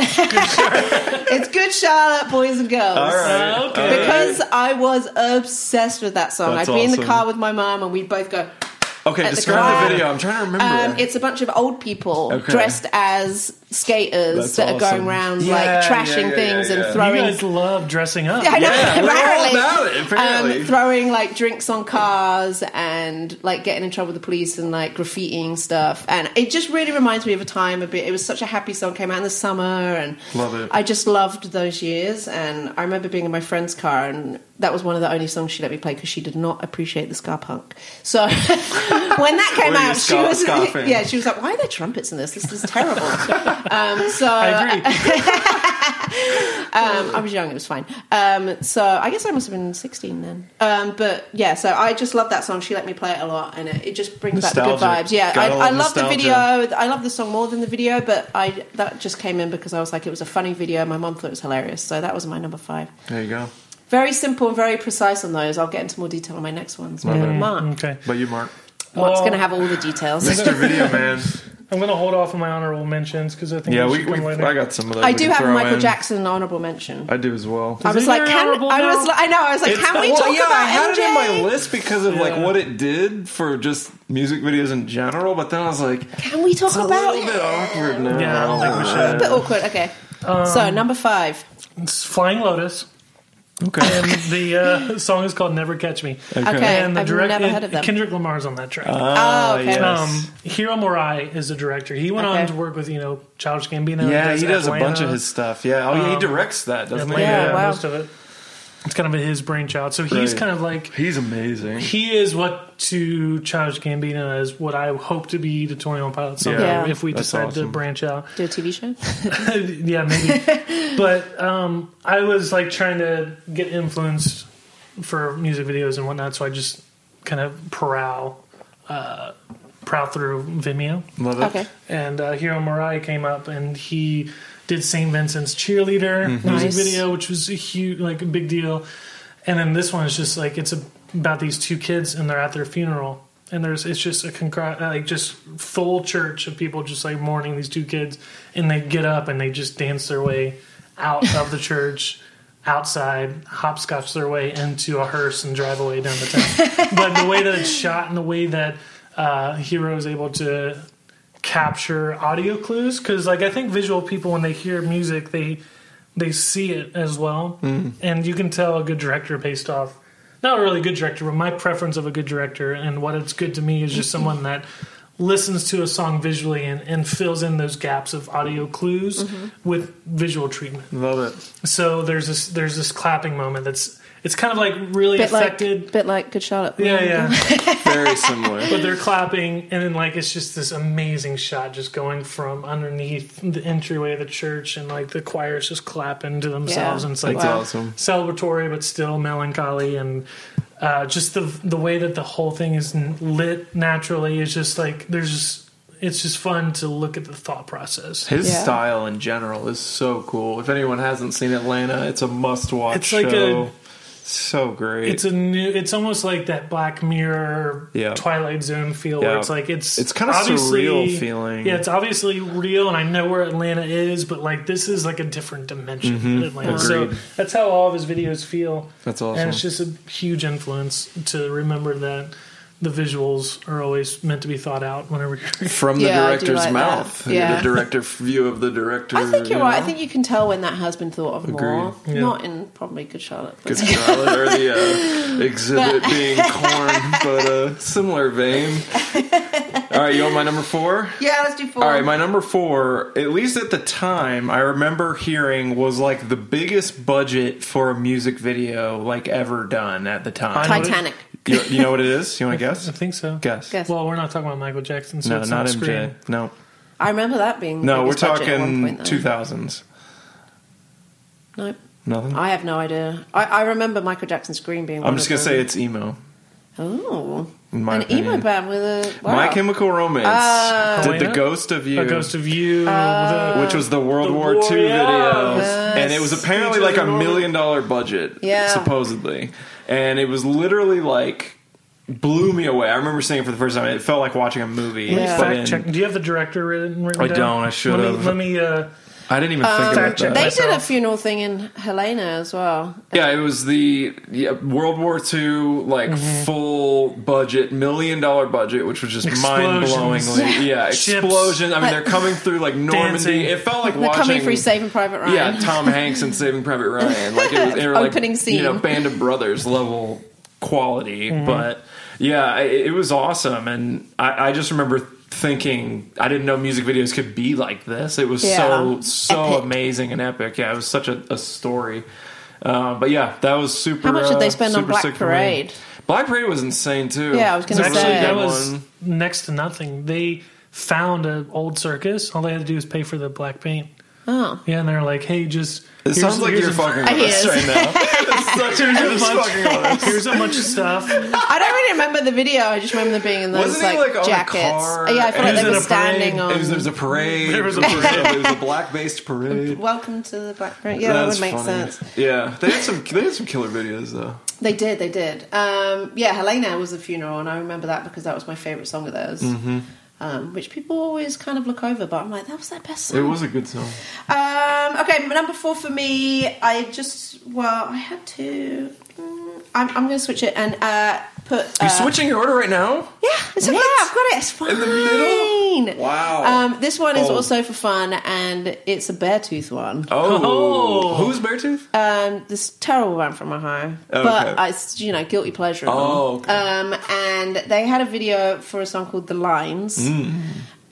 S1: It's good, Charlotte, boys and girls.
S2: All right.
S3: Uh, okay.
S2: all right.
S1: Because I was obsessed with that song.
S2: That's
S1: I'd be in the
S2: awesome.
S1: car with my mom, and we'd both go.
S2: Uh, Okay,
S1: at the
S2: describe the,
S1: car.
S2: video. I'm trying to
S1: Um,
S2: remember. it.
S1: it's a bunch of old people
S2: Okay.
S1: dressed as skaters
S2: That's
S1: that are going
S2: awesome.
S1: around
S2: Yeah,
S1: like
S2: yeah,
S1: trashing
S2: yeah,
S1: things
S2: yeah.
S1: and
S2: You
S3: You
S1: throwing
S3: guys love dressing up.
S1: I know,
S2: Yeah, we're all
S1: apparently.
S2: about it, apparently.
S1: Um, throwing like drinks on cars and like getting in trouble with the police and like graffitiing stuff. And it just really reminds me of a time a bit. It was such a happy song, came out in the summer, and
S2: Love it.
S1: I just loved those years. And I remember being in my friend's car, and that was one of the only songs she let me play because she did not appreciate the ska punk. So when that came
S2: Were you
S1: out, she
S2: ska-
S1: was
S2: ska fan?
S1: yeah, she was like, "Why are there trumpets in this? This is terrible." um, so
S3: I agree.
S1: um, I was young; it was fine. Um, so I guess I must have been sixteen then. Um, but yeah, so I just love that song. She let me play it a lot, and it, it just brings back the good
S2: Nostalgic.
S1: vibes. Yeah, I,
S2: Gotta love
S1: I love the
S2: nostalgia.
S1: video. I love the song more than the video, but I that just came in because I was like, it was a funny video. My mum thought it was hilarious, so that was my number five.
S2: There you go.
S1: Very simple and very precise on those. I'll get into more detail on my next ones. But Mark,
S3: okay.
S2: But you, Mark,
S1: Mark's
S3: Well-
S1: going to have all the details.
S2: Mr. Video Man.
S3: I'm going to hold off on my honorable mentions because I think
S2: Yeah,
S3: those
S2: we,
S3: should come
S2: we
S3: later.
S2: I got some of those.
S1: I
S2: we
S1: do
S2: can
S1: have
S2: throw
S1: Michael
S2: in.
S1: Jackson honorable mention.
S2: I do as well.
S1: I was
S3: he
S1: like,
S3: very
S1: can
S3: honorable
S1: I was?
S3: now?
S1: Like, I know. I was like,
S2: It's-
S1: can we
S2: well,
S1: talk
S2: yeah,
S1: about
S2: I had
S1: MJ?
S2: it in my list because of like
S3: Yeah.
S2: what it did for just music videos in general. But then I was like,
S1: Can we talk
S2: it's a
S1: about
S2: little bit awkward now.
S3: Oh, Yeah, I don't think we should.
S1: A bit awkward. Okay. so
S3: Um,
S1: number five.
S3: It's Flying Lotus.
S2: Okay.
S3: And the uh, song is called Never Catch Me.
S1: Okay.
S3: And the
S1: I've
S3: direct-
S1: never heard of them.
S3: Kendrick Lamar's on that track.
S1: Oh, okay.
S2: Ah, yes.
S3: Um, Hiro Morai is the director. He went
S1: Okay.
S3: on to work with you know Childish Gambino.
S2: Yeah, he does
S3: Atlanta, Um,
S2: a bunch of his stuff. Yeah. Oh, yeah, he directs that, doesn't
S3: Atlanta,
S2: he?
S1: Yeah, wow.
S3: most of it. It's kind of his brainchild. So he's
S2: Right.
S3: kind of like
S2: He's amazing.
S3: he is what to Childish Gambino is what I hope to be to Twenty One Pilots someday
S1: Yeah.
S3: if we
S2: That's
S3: decide to
S2: awesome.
S3: branch out.
S1: Do a TV show.
S3: yeah, maybe. but um, I was like trying to get influenced for music videos and whatnot, so I just kind of prowl, uh, prowl through Vimeo.
S2: Love it.
S1: Okay.
S3: And uh, Hiro Murai came up and he did St. Vincent's Cheerleader music
S1: Nice.
S3: video, which was a huge, like a big deal. And then this one is just like it's about these two kids and they're at their funeral. And there's it's just a congr- like just full church of people just like mourning these two kids, and they get up and they just dance their way out of the church, outside, hopscotch their way into a hearse and drive away down the town. but the way that it's shot and the way that uh, Hero is able to capture audio clues because like i think visual people when they hear music they they see it as well
S1: Mm.
S3: and you can tell a good director based off not a really good director but my preference of a good director and what it's good to me is just someone that listens to a song visually and, and fills in those gaps of audio clues
S1: Mm-hmm.
S3: with visual treatment
S2: Love it.
S3: so there's this there's this clapping moment that's it's kind of like really
S1: Bit like,
S3: affected
S1: bit like Good Charlotte.
S3: yeah yeah
S2: Very similar.
S3: but they're clapping, and then like it's just this amazing shot, just going from underneath the entryway of the church, and like the choir's just clapping to themselves,
S1: Yeah.
S3: and it's like
S2: That's awesome.
S3: celebratory but still melancholy, and uh, just the the way that the whole thing is n- lit naturally is just like there's just it's just fun to look at the thought process.
S2: His
S1: Yeah.
S2: style in general is so cool. If anyone hasn't seen Atlanta, it's a must-watch
S3: It's like
S2: show.
S3: a-
S2: so great.
S3: It's a new. It's almost like that Black Mirror,
S2: Yeah.
S3: Twilight Zone feel.
S2: Yeah.
S3: Where it's like it's
S2: It's kinda
S3: obviously-
S2: surreal feeling.
S3: Yeah, it's obviously real, and I know where Atlanta is, but like this is like a different dimension than Atlanta. So
S2: Mm-hmm. Agreed.
S3: that's how all of his videos feel.
S2: That's
S3: And
S2: awesome.
S3: it's just a huge influence to remember that the visuals are always meant to be thought out whenever you're.
S2: from the
S1: Yeah, I do
S2: director's
S1: like that.
S2: mouth.
S1: Yeah.
S2: The director view of the director.
S1: I think you're
S2: you
S1: right.
S2: know?
S1: I think you can tell when that has been thought of more.
S3: Agreed. Yeah.
S1: Not in probably Good Charlotte. But
S2: Good Charlotte or the uh, exhibit being corn, but uh, similar vein. All right, you want my number four?
S1: yeah, let's do four.
S2: All right, my number four, at least at the time, I remember hearing was like the biggest budget for a music video like ever done at the time.
S3: I know-
S1: Titanic.
S2: You, you know what it is? You want to guess?
S3: I think so.
S2: Guess.
S1: Guess.
S3: Well, we're not talking about Michael Jackson, so
S2: No,
S3: it's
S2: not
S3: not
S2: MJ.
S3: Scream.
S2: No,
S1: I remember that being.
S2: no,
S1: the
S2: we're
S1: biggest budget at one
S2: talking
S1: point, though.
S2: two thousands.
S1: Nope.
S2: Nothing.
S1: I have no idea. I, I remember Michael Jackson's Scream being.
S2: I'm just gonna say it's emo.
S1: Oh,
S2: In my
S1: an emo
S2: opinion.
S1: band with a wow. Uh,
S2: My Chemical Romance did the
S3: Helena?
S2: Ghost of You,
S3: A Ghost of You, the-
S2: which was the World
S3: Uh, The
S2: War
S3: war,
S2: II
S3: yeah.
S2: video,
S1: Yes.
S2: and it was apparently like a million dollar budget,
S1: Yeah.
S2: supposedly, and it was literally like blew me away. I remember seeing it for the first time. It felt like watching a movie.
S1: Yeah.
S2: but
S3: Fact
S2: in-
S3: check. Do you have the director written? written
S2: I
S3: down?
S2: don't. I should
S3: Let me-
S2: have.
S3: Let me. Uh,
S2: I didn't even think about
S3: Fact
S2: that.
S3: check
S1: Um, They did a
S3: myself.
S1: funeral thing in Helena as well.
S2: Yeah, it was the yeah, World War II, like
S1: Mm-hmm.
S2: full budget, million dollar budget, which was just mind blowingly.
S3: Explosions.
S2: Yeah,
S3: Ships.
S2: explosion. I mean, they're coming through like
S3: Dancing.
S2: Normandy. It felt like
S1: They're
S2: watching.
S1: coming through Saving Private Ryan.
S2: yeah, Tom Hanks and Saving Private Ryan. Like it was, they were like,
S1: Opening
S2: You know,
S1: scene.
S2: Band of Brothers level quality,
S3: Mm-hmm.
S2: but yeah, it, it was awesome. And I, I just remember thinking I didn't know music videos could be like this. It was so
S1: Yeah.
S2: so
S1: Epic.
S2: amazing and epic. Yeah, it was such a, a story. Uh, but yeah, that was super.
S1: How much did they
S2: uh,
S1: spend on
S2: super
S1: Black
S2: sick for me.
S1: Parade?
S2: Black Parade was insane too.
S1: Yeah, I was
S2: It's a
S1: gonna
S3: Actually,
S1: say.
S2: good
S3: that was
S2: one.
S3: next to nothing. They found an old circus. All they had to do was pay for the black paint.
S1: Oh.
S3: Yeah, and they're like, "Hey, just
S2: It sounds like you're
S3: a,
S2: fucking
S1: I
S2: with us
S1: is.
S2: right now. It's such a-
S3: Here's a
S2: it's fucking with us.
S3: bunch, here's a bunch of stuff.
S1: I don't really remember the video. I just remember them being in those
S2: Wasn't he, like, on a
S1: jackets. Oh,
S2: car?
S1: yeah, I feel like
S3: He
S1: they
S3: was
S1: were
S3: in a parade.
S1: standing on.
S2: It was, there was a parade.
S3: There was a
S2: parade. it was a black based parade.
S1: Welcome to the Black Parade. Yeah, that
S2: That's
S1: would make
S2: funny.
S1: sense.
S2: Yeah, they had some. They had some killer videos though.
S1: They did, they did. Um, yeah, Helena was a funeral, and I remember that because that was my favourite song of theirs.
S2: Mm-hmm.
S1: Um, which people always kind of look over, but I'm like, that was their best song.
S2: It was a good song.
S1: Um, okay, number four for me. I just well, I had to. mm, I'm, I'm going to switch it and uh, put. Uh,
S2: You're switching your order right now.
S1: Yeah, it's okay. I've got it. It's fine.
S2: In the middle? Wow. Oh.
S1: Um, this one is
S2: Bold.
S1: also for fun, and it's a bear tooth one.
S2: Oh,
S3: Oh.
S2: who's Beartooth?
S1: Um, this terrible band from Ohio,
S2: Okay.
S1: but I, it's you know guilty pleasure. and
S2: Oh,
S1: all.
S2: okay.
S1: um, and they had a video for a song called "The Lines,"
S2: Hmm.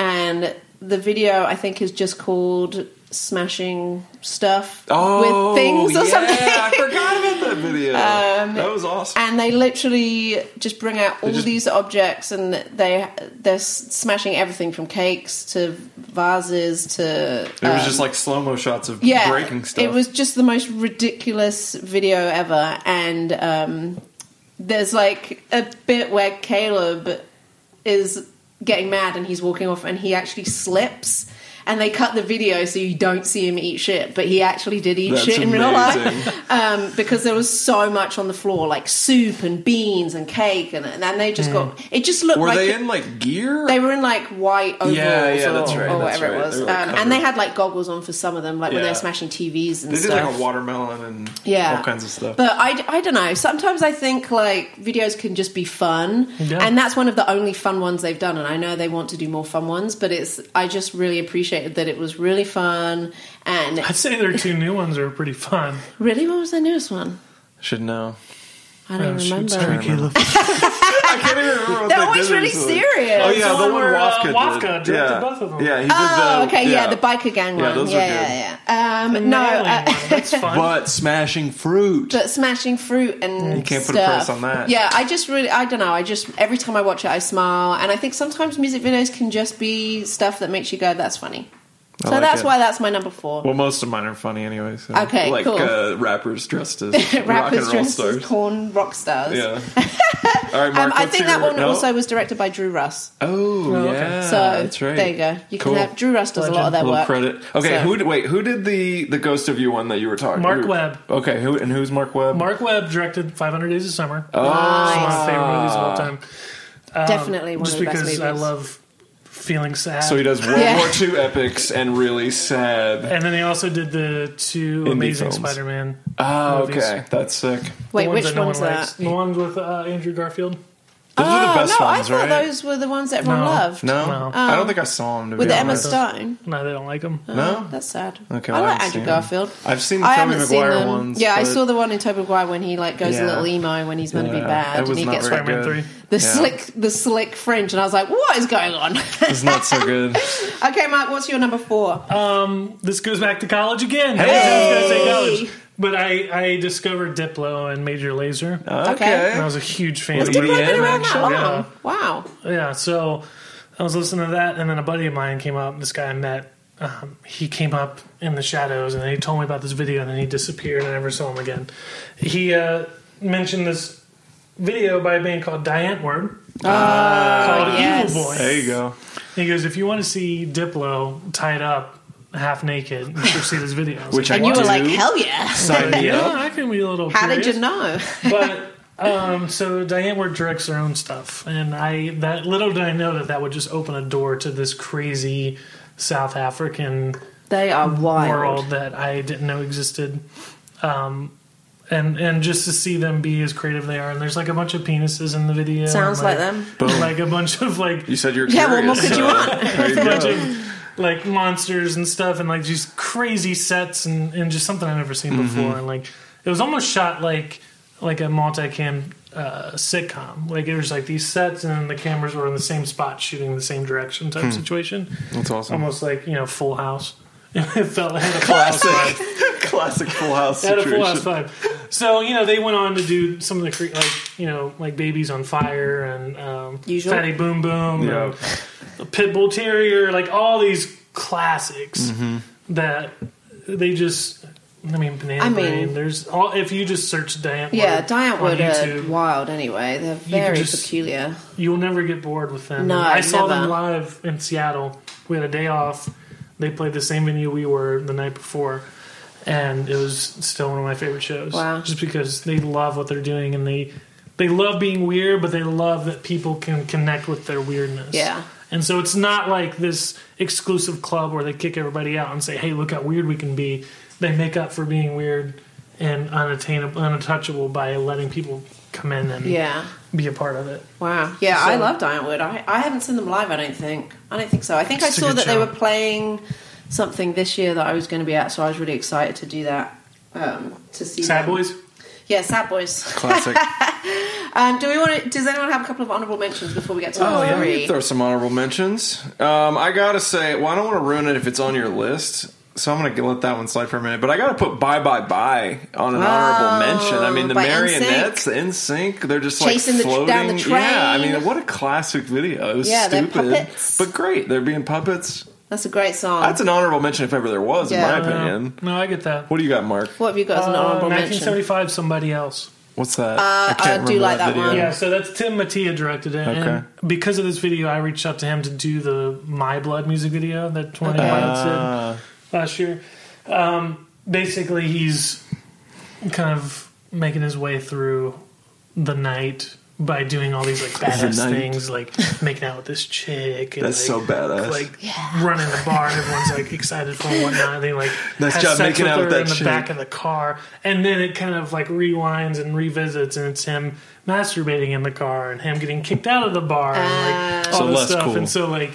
S1: and the video I think is just called "Smashing Stuff
S2: oh,
S1: with Things" or
S2: yeah,
S1: something. Um,
S2: I forgot about that video. that was awesome.
S1: and they literally just bring out all
S2: just-
S1: these objects and they they're s- smashing everything from cakes to vases to
S2: There was
S1: um,
S2: just like slow mo shots of
S1: yeah
S2: breaking stuff.
S1: it was just the most ridiculous video ever and um there's like a bit where Caleb is getting mad and he's walking off and he actually slips and they cut the video so you don't see him eat shit but he actually did eat
S2: That's
S1: shit in real life
S2: amazing.
S1: um, because there was so much on the floor, like soup and beans and cake, and, and they just got. It just looked
S2: Were
S1: like
S2: they in like gear?
S1: they were in like white overalls
S2: Yeah, yeah, that's
S1: or,
S2: right,
S1: or
S2: that's
S1: whatever
S2: right.
S1: it was,
S2: They were,
S1: um,
S2: like,
S1: and they
S2: covered.
S1: had like goggles on for some of them, like when
S2: Yeah.
S1: they're smashing TVs and
S2: They did
S1: stuff.
S2: like a watermelon and
S1: yeah,
S2: all kinds of stuff.
S1: But I, I don't know. Sometimes I think like videos can just be fun,
S3: Yeah.
S1: and that's one of the only fun ones they've done. And I know they want to do more fun ones, but it's I just really appreciated that it was really fun. And
S3: I'd say their two new ones are pretty fun.
S1: really, what was their newest one?
S2: Should know.
S1: I don't
S3: Oh, shoot,
S1: remember.
S3: sorry, Caleb.
S2: I can't even remember what
S1: That
S2: they
S1: one's
S2: did
S1: really
S2: recently.
S1: serious.
S2: Oh yeah,
S3: The
S2: the,
S3: one
S2: one,
S3: where, uh,
S2: Wafka, did.
S3: Wafka directed
S2: yeah.
S3: both of them.
S2: Yeah, he did
S1: Oh,
S2: the-
S1: okay, yeah. the biker gang one.
S2: Yeah,
S1: Yeah,
S2: those were
S1: yeah, yeah. Um, no,
S3: Alien one,
S1: uh,
S3: that's fun.
S2: But smashing fruit.
S1: but smashing fruit and
S2: You can't
S1: stuff.
S2: put a price on that.
S1: Yeah, I just really, I don't know. I just every time I watch it, I smile, and I think sometimes music videos can just be stuff that makes you go, "That's funny."
S2: I
S1: So
S2: like
S1: that's
S2: it.
S1: why that's my number four.
S2: Well, most of mine are funny anyway. So.
S1: Okay,
S2: like
S1: cool.
S2: uh, rappers dressed as rock and
S1: Rappers
S2: roll
S1: dressed as
S2: stars.
S1: corn rock stars.
S2: Yeah. All right, Mark.
S1: Um, I
S2: what's
S1: think
S2: your-
S1: that one
S2: no?
S1: also was directed by Drew Russ.
S2: Oh,
S3: okay.
S2: yeah.
S1: So
S2: that's right.
S1: there you go. You
S2: Cool.
S1: can have Drew Russ does a lot of
S3: Legend.
S1: their
S2: A little
S1: work.
S2: credit. Okay,
S1: So-
S2: who did, wait? Who did the the Ghost of You one that you were talking?
S3: Mark
S2: who-
S3: Webb.
S2: Okay, who and who's Mark Webb? Oh,
S3: Mark Webb directed 500 Days of Summer.
S1: Nice.
S3: my favorite movies of all time. Um,
S1: Definitely one
S3: just
S1: of the best
S3: because I
S1: movies.
S3: love feeling sad.
S2: So he does World
S1: Yeah.
S2: War II epics and really sad.
S3: and then he also did the two
S2: Indie
S3: Amazing
S2: films.
S3: Spider-Man.
S2: Oh,
S3: movies.
S2: okay, that's sick. Those
S1: Wait,
S3: the ones
S1: which
S3: that no
S1: one's
S3: one
S1: that?
S3: likes. The ones with uh, Andrew Garfield.
S2: are the
S1: Oh,
S2: best
S1: no,
S2: ones,
S1: I thought
S2: right?
S1: those were the ones that everyone
S3: No.
S1: loved.
S2: no,
S3: No.
S2: I don't think I saw him to
S1: With
S2: be
S1: Emma
S2: honest.
S1: Stone.
S3: No, they don't like him.
S1: Oh.
S2: No?
S1: That's sad.
S2: Okay,
S1: I
S2: well, I
S1: like
S2: haven't
S1: Andrew
S2: seen
S1: Garfield.
S2: them. I've seen the
S1: I
S2: Tobey
S1: haven't seen
S2: Maguire
S1: them.
S2: ones,
S1: Yeah, I
S2: but-
S1: saw the one in Toby Maguire when he like goes a
S2: Yeah.
S1: little emo when he's meant to be
S2: Yeah,
S1: bad
S2: it was
S1: and he
S2: not
S1: gets
S2: very
S1: like
S3: Spider-Man
S2: good.
S3: 3.
S1: the
S2: Yeah.
S1: slick the slick fringe and I was like, what is going on?
S2: It's not so good.
S1: okay, Mark, what's your number four?
S3: Um, this goes back to college again.
S2: Hey!
S3: I was gonna say college. But I, I discovered Diplo and Major Laser.
S2: Okay.
S3: and I was a huge fan.
S2: Was
S3: of
S2: Diplo
S3: Major
S2: been
S1: Oh. Been
S2: Yeah,
S1: around that
S3: actually.
S1: long.
S3: Yeah.
S1: Wow.
S3: Yeah, so I was listening to that, and then a buddy of mine came up. This guy I met, um, he came up in the shadows, and he told me about this video, and then he disappeared, and I never saw him again. He uh, mentioned this video by a band called Diant Word called
S1: Ah, yes.
S3: Evil Boy.
S2: There you go.
S3: He goes, if you want to see Diplo tied up half naked, you should see this video. I was
S2: Which
S3: like,
S1: And you
S2: want
S1: were like,
S2: to
S1: hell yeah.
S2: sign me
S3: yeah,
S2: up.
S3: I can be a little.
S1: How did
S3: curious."
S1: you know?
S3: but um, so Diane Ward directs her own stuff, and I that little did I know that that would just open a door to this crazy South African
S1: They are wild.
S3: world that I didn't know existed. Um, and and just to see them be as creative they are, and there's like a bunch of penises in the video. and,
S1: Sounds like them.
S2: Boom.
S3: Like a bunch of like
S2: You said you're
S1: Yeah, well, what
S2: curious.
S1: could you
S2: so
S1: want?
S2: there you
S3: a bunch
S2: go.
S3: of like monsters and stuff, and like just crazy sets and, and just something I've never seen before. And like it was almost shot like like a multicam uh, sitcom. Like it was like these sets, and then the cameras were in the same spot, shooting the same direction type situation.
S2: That's awesome.
S3: Almost like you know Full House. it felt like a Full House vibe.
S2: Classic, classic Full House
S3: They had a full
S2: situation.
S3: house five. So you know they went on to do some of the cre- like you know like Babies on Fire and um,
S1: Usual.
S3: Fatty Boom Boom
S2: Yeah.
S3: and Pitbull Terrier, like all these classics
S2: Mm-hmm.
S3: that they just. I mean, Banana
S1: I mean-
S3: Brain. There's all if you just search Diant.
S1: Yeah,
S3: Wood
S1: Diant
S3: on
S1: Wood uh, are
S3: YouTube,
S1: wild anyway. They're very
S3: just-
S1: peculiar.
S3: you'll never get bored with them.
S1: No,
S3: And I saw
S1: never.
S3: them live in Seattle. We had a day off. They played the same venue we were the night before, and it was still one of my favorite shows.
S1: Wow.
S3: Just because they love what they're doing and they they love being weird, but they love that people can connect with their weirdness.
S1: Yeah.
S3: And so it's not like this exclusive club where they kick everybody out and say, "Hey, look how weird we can be." They make up for being weird and unattainable, untouchable by letting people come in and
S1: Yeah.
S3: be a part of it.
S1: Wow. Yeah, I
S3: So-
S1: love Diant Wood. I, I haven't seen them live, I don't think. I don't think so. I think I
S3: It's a
S1: saw
S3: good
S1: that they
S3: show.
S1: were playing something this year that I was going to be at, so I was really excited to do that. Um, to see
S3: Sad
S1: them.
S3: Boys.
S1: Yeah, Sad Boys.
S2: Classic.
S1: Um, do we want to? Does anyone have a couple of honorable mentions before we get to
S2: Oh,
S1: our
S2: yeah, we
S1: three?
S2: can throw some honorable mentions. Um, I gotta say, well, I don't want to ruin it if it's on your list, so I'm gonna let that one slide for a minute. But I gotta put "Bye Bye Bye" on an honorable mention. I mean, the
S1: Oh, by
S2: marionettes, the NSYNC, they're just
S1: Chasing the tr-
S2: like floating.
S1: down the
S2: Yeah, I
S1: train.
S2: mean, what a classic video. It was
S1: Yeah, they're
S2: stupid,
S1: puppets.
S2: but great. They're being puppets.
S1: That's a great song.
S2: That's an honorable mention if ever there was,
S1: Yeah.
S2: in my
S3: No,
S2: opinion.
S3: Um, No, I get that.
S2: What do you got, Mark?
S1: what have you got as an
S3: Uh,
S1: honorable mention?
S3: 1975, somebody else.
S2: What's that?
S1: I Uh, do like that one.
S3: Yeah, so that's Tim Mattia directed it.
S2: Okay.
S3: And because of this video, I reached out to him to do the My Blood music video that 20 Pilots did
S2: Uh,
S3: last year. Um, basically, he's kind of making his way through the night by doing all these like badass
S2: night.
S3: things, like making out with this chick. And,
S2: That's so
S3: like,
S2: badass.
S3: Like running the bar, and everyone's like excited for him and whatnot. And they like
S2: Nice
S3: has
S2: job
S3: sex
S2: making
S3: with
S2: out
S3: her
S2: with that
S3: in the
S2: chick.
S3: back of the car, and then it kind of like rewinds and revisits, and it's him masturbating in the car and him getting kicked out of the bar and like all
S2: So
S3: this
S2: less
S3: stuff.
S2: cool.
S3: And so like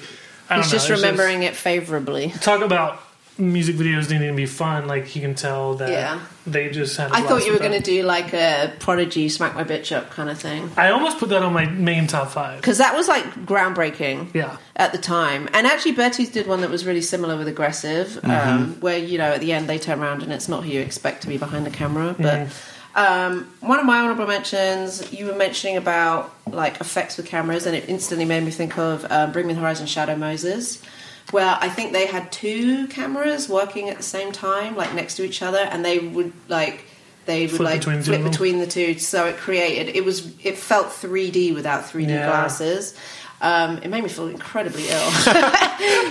S3: I don't
S1: Ah. He's
S3: know,
S1: just
S3: it's
S1: remembering it favorably.
S3: talk about music videos needing to be fun. Like you can tell that
S1: Yeah.
S3: they just had. a
S1: I
S3: blast
S1: thought you were
S3: with
S1: going to
S3: that.
S1: do like a Prodigy "Smack My Bitch Up" kind of thing
S3: I almost put that on my main top five.
S1: because that was like groundbreaking.
S3: Yeah.
S1: At the time, and actually, Bertie's did one that was really similar with "Aggressive," um, where you know at the end they turn around and it's not who you expect to be behind the camera. But um, one of my honorable mentions, you were mentioning about like effects with cameras, and it instantly made me think of um, "Bring Me the Horizon: Shadow Moses." Where I think they had two cameras working at the same time, like next to each other, and they would like they would
S3: Flip
S1: like
S3: between two
S1: flip
S3: of them.
S1: between the two, so it created it was it felt 3D without 3D
S3: Yeah.
S1: glasses. Um, it made me feel incredibly ill.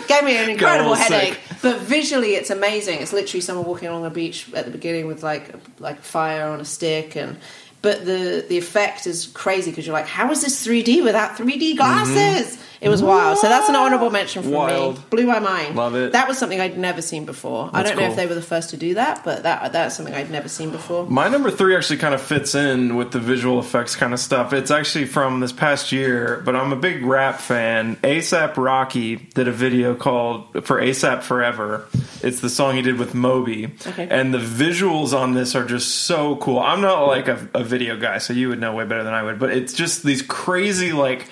S1: Gave me an incredible
S2: little sick.
S1: headache. But visually, it's amazing. It's literally someone walking along a beach at the beginning with like like fire on a stick, and but the the effect is crazy because you're like, how is this 3D without
S2: Mm-hmm.
S1: 3D glasses? It was wild. So that's an honourable mention for me.
S2: Wild.
S1: Blew my mind.
S2: Love it.
S1: That was something I'd never seen before. I
S2: That's
S1: don't know if
S2: cool.
S1: they were the first to do that, but that that's something I'd never seen before.
S2: My number three actually kind of fits in with the visual effects kind of stuff. It's actually from this past year, but I'm a big rap fan. ASAP Rocky did a video called for ASAP Forever. It's the song he did with Moby.
S1: Okay.
S2: And the visuals on this are just so cool. I'm not like a, a video guy, so you would know way better than I would, but it's just these crazy, like,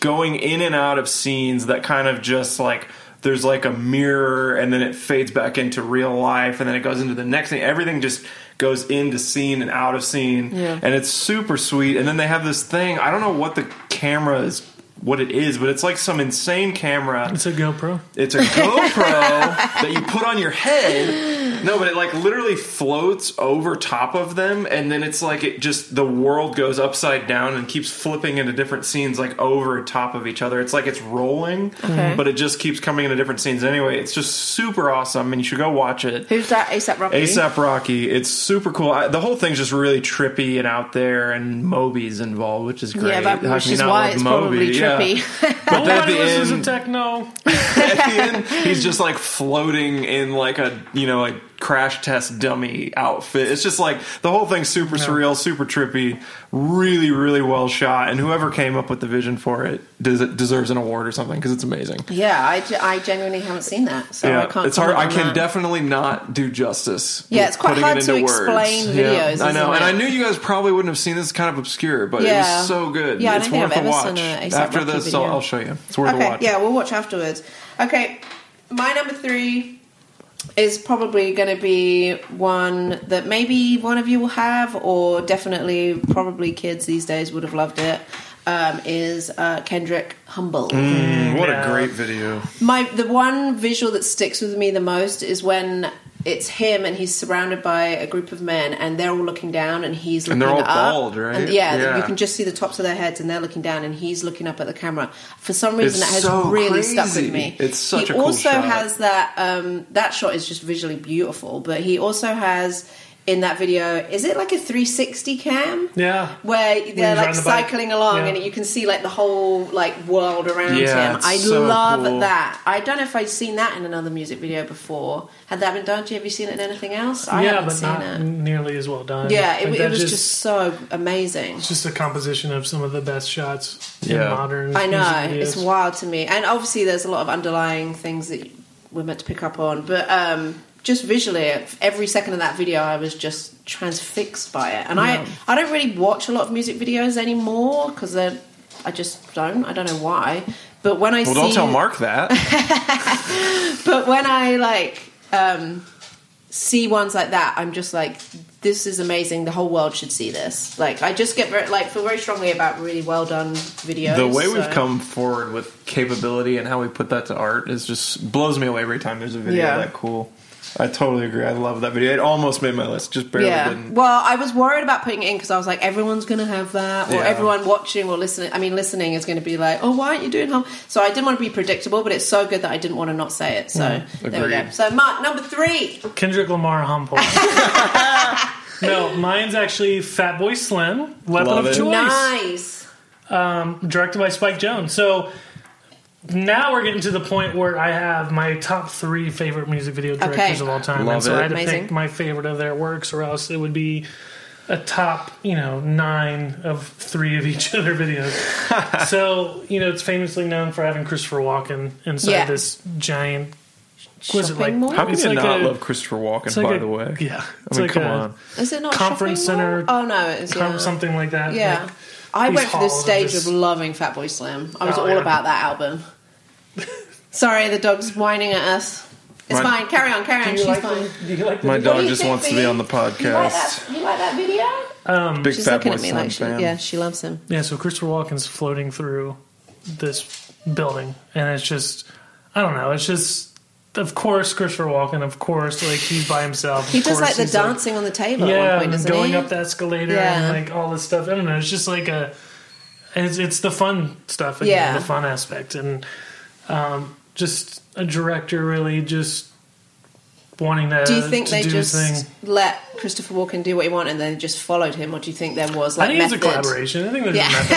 S2: going in and out of scenes that kind of just like there's like a mirror and then it fades back into real life and then it goes into the next thing everything just goes into scene and out of scene
S1: Yeah.
S2: and it's super sweet and then they have this thing i don't know what the camera is what it is but it's like some insane camera
S3: It's a GoPro.
S2: it's a GoPro that you put on your head, No, but it like literally floats over top of them, and then it's like it just the world goes upside down and keeps flipping into different scenes, like over top of each other. It's like it's rolling,
S1: Okay.
S2: but it just keeps coming into different scenes. Anyway, it's just super awesome, and you should go watch it.
S1: Who's that? ASAP Rocky.
S2: ASAP Rocky, it's super cool. I, the whole thing's just really trippy and out there, and Moby's involved, which is great.
S1: Yeah, that,
S2: How can
S1: which
S2: you
S1: is
S2: not
S1: why
S2: love
S1: it's probably
S2: yeah.
S1: trippy.
S2: But at
S3: Nobody
S2: the
S3: listens
S2: end-
S3: to techno.
S2: at the end, he's just like floating in like a you know a crash test dummy outfit. It's just like the whole thing's super surreal, super trippy, really really well shot. And whoever came up with the vision for it des- deserves an award or something because it's amazing.
S1: yeah, I, ge- I genuinely haven't seen that, so I can't.
S2: it's hard. I
S1: comment on
S2: can
S1: that.
S2: definitely not do justice.
S1: Yeah,
S2: with
S1: it's quite
S2: putting
S1: hard
S2: it
S1: to
S2: into
S1: explain
S2: words.
S1: videos,
S2: I
S1: isn't
S2: know, and
S1: it?
S2: I knew you guys probably wouldn't have seen this. It's kind of obscure, but it
S1: Yeah.
S2: was so good.
S1: Yeah, I
S2: it's
S1: don't think
S2: worth
S1: I've
S2: a
S1: ever
S2: watch.
S1: seen a A$AP
S2: After
S1: Rocky
S2: this,
S1: video.
S2: I'll, I'll show you. It's worth a
S1: Okay,
S2: watch.
S1: yeah, we'll watch afterwards. Okay, my number three is probably going to be one that maybe one of you will have, or definitely probably kids these days would have loved it. Um, is uh, Kendrick Humble?
S2: Mm. What
S3: Yeah.
S2: a great video.
S1: My the one visual that sticks with me the most is when it's him and he's surrounded by a group of men and they're all looking down and he's looking
S2: they're all
S1: up.
S2: bald, right?
S1: And yeah,
S2: Yeah.
S1: you can just see the tops of their heads and they're looking down and he's looking up at the camera. For some reason,
S2: It's
S1: that has
S2: so
S1: really stuck with
S2: crazy.
S1: me.
S2: It's such
S1: he
S2: a cool
S1: also
S2: shot.
S1: has that um, that shot is just visually beautiful, but he also has. In that video, is it like a 360 cam?
S3: Yeah.
S1: where they're
S3: he's
S1: like
S3: riding the bike.
S1: cycling along,
S3: Yeah.
S1: and you can see like the whole like world around
S2: Yeah,
S1: him.
S2: it's
S1: I
S2: so
S1: love
S2: cool.
S1: that. I don't know if I'd seen that in another music video before. Had that been done? Do you have you seen it in anything else? I
S3: yeah,
S1: haven't
S3: but
S1: seen
S3: not
S1: it.
S3: nearly as well done.
S1: Yeah, it,
S3: Like,
S1: it
S3: that
S1: was just, so amazing.
S3: it's just a composition of some of the best shots in
S2: Yeah.
S3: modern.
S1: I know
S3: music videos.
S1: it's wild to me, and obviously there's a lot of underlying things that we're meant to pick up on, but um, just visually, every second of that video, I was just transfixed by it. And I, I don't really watch a lot of music videos anymore because they're, I just don't. I don't know why. But when I
S2: Well,
S1: see,
S2: don't tell Mark that.
S1: but when I like um, see ones like that, I'm just like, this is amazing. The whole world should see this. Like, I just get very, like feel very strongly about really well done videos.
S2: the way we've
S1: so-
S2: come forward with capability and how we put that to art is just blows me away every time there's a video
S1: Yeah.
S2: that cool. I totally agree. I love that video. It almost made my list, just barely
S1: Yeah.
S2: didn't.
S1: Well, I was worried about putting it in because I was like, everyone's going to have that, or
S2: Yeah.
S1: everyone watching or listening. I mean, listening is going to be like, oh, why aren't you doing home? So I didn't want to be predictable, but it's so good that I didn't want to not say it. So there we go.
S2: agreed.
S1: So Mark, number three.
S3: Kendrick Lamar Humble. no, mine's actually Fatboy Slim, Weapon
S2: Love
S3: of
S2: it.
S3: Choice,
S1: Nice.
S3: directed by Spike Jones. So now we're getting to the point where I have my top three favorite music video directors
S1: Okay.
S3: of all time.
S2: Love
S3: and so I
S2: it.
S3: had to
S1: Amazing.
S3: pick my favorite of their works, or else it would be a top, you know, nine of three of each of their videos. so, you know, it's famously known for having Christopher Walken inside
S1: Yeah.
S3: this giant Was it
S1: Shopping
S3: like-
S1: mall?
S2: How can
S3: It's
S2: you
S3: like
S2: not
S3: a-
S2: love Christopher Walken?
S3: it's like
S2: by
S3: a-
S2: the way,
S3: Yeah.
S2: I
S3: it's
S2: mean,
S3: like
S2: come
S3: a-
S2: on.
S1: Is it not a
S3: Conference
S1: shopping mall?
S3: center-
S1: Oh no, it is.
S3: com-
S1: Yeah.
S3: something like that.
S1: yeah.
S3: like-
S1: I
S3: these
S1: went for the
S3: halls and
S1: stage
S3: just-
S1: of loving Fatboy Slim. I was
S3: Oh,
S1: all
S3: yeah.
S1: about that album. Sorry, the dog's whining at us. It's
S2: My-
S1: fine. Carry on. Carry
S3: Do
S1: on.
S3: you
S1: She's
S3: like
S1: fine.
S3: the- do you like the
S2: My
S3: video?
S1: do
S2: dog
S1: you
S2: just
S1: think,
S2: wants to be
S1: Biggie?
S2: on the
S1: You like, that,
S2: podcast.
S1: you like that video?
S2: Big
S1: She's
S2: fat
S1: looking
S2: boy
S1: at me
S2: Slim
S1: like she,
S2: fan.
S1: yeah, she loves him.
S3: Yeah, so Christopher Walken's floating through this building, and it's just, I don't know, it's just, of course, Christopher Walken, of course, like he's by himself.
S1: He
S3: of
S1: does
S3: course
S1: like the
S3: he's,
S1: dancing on the table
S3: yeah,
S1: at one point,
S3: and
S1: doesn't
S3: going
S1: he?
S3: up the escalator
S1: Yeah.
S3: and like all this stuff. I don't know, it's just like a, it's, it's the fun stuff and
S1: Yeah.
S3: the fun aspect, and um, just a director really just wanting to
S1: do you think
S3: to
S1: they
S3: do his
S1: just
S3: thing.
S1: let Christopher Walken do what he wanted and then just followed him, or do you think there was like
S3: I think
S1: method?
S3: it's a collaboration. I think there's
S1: Yeah.
S3: a method.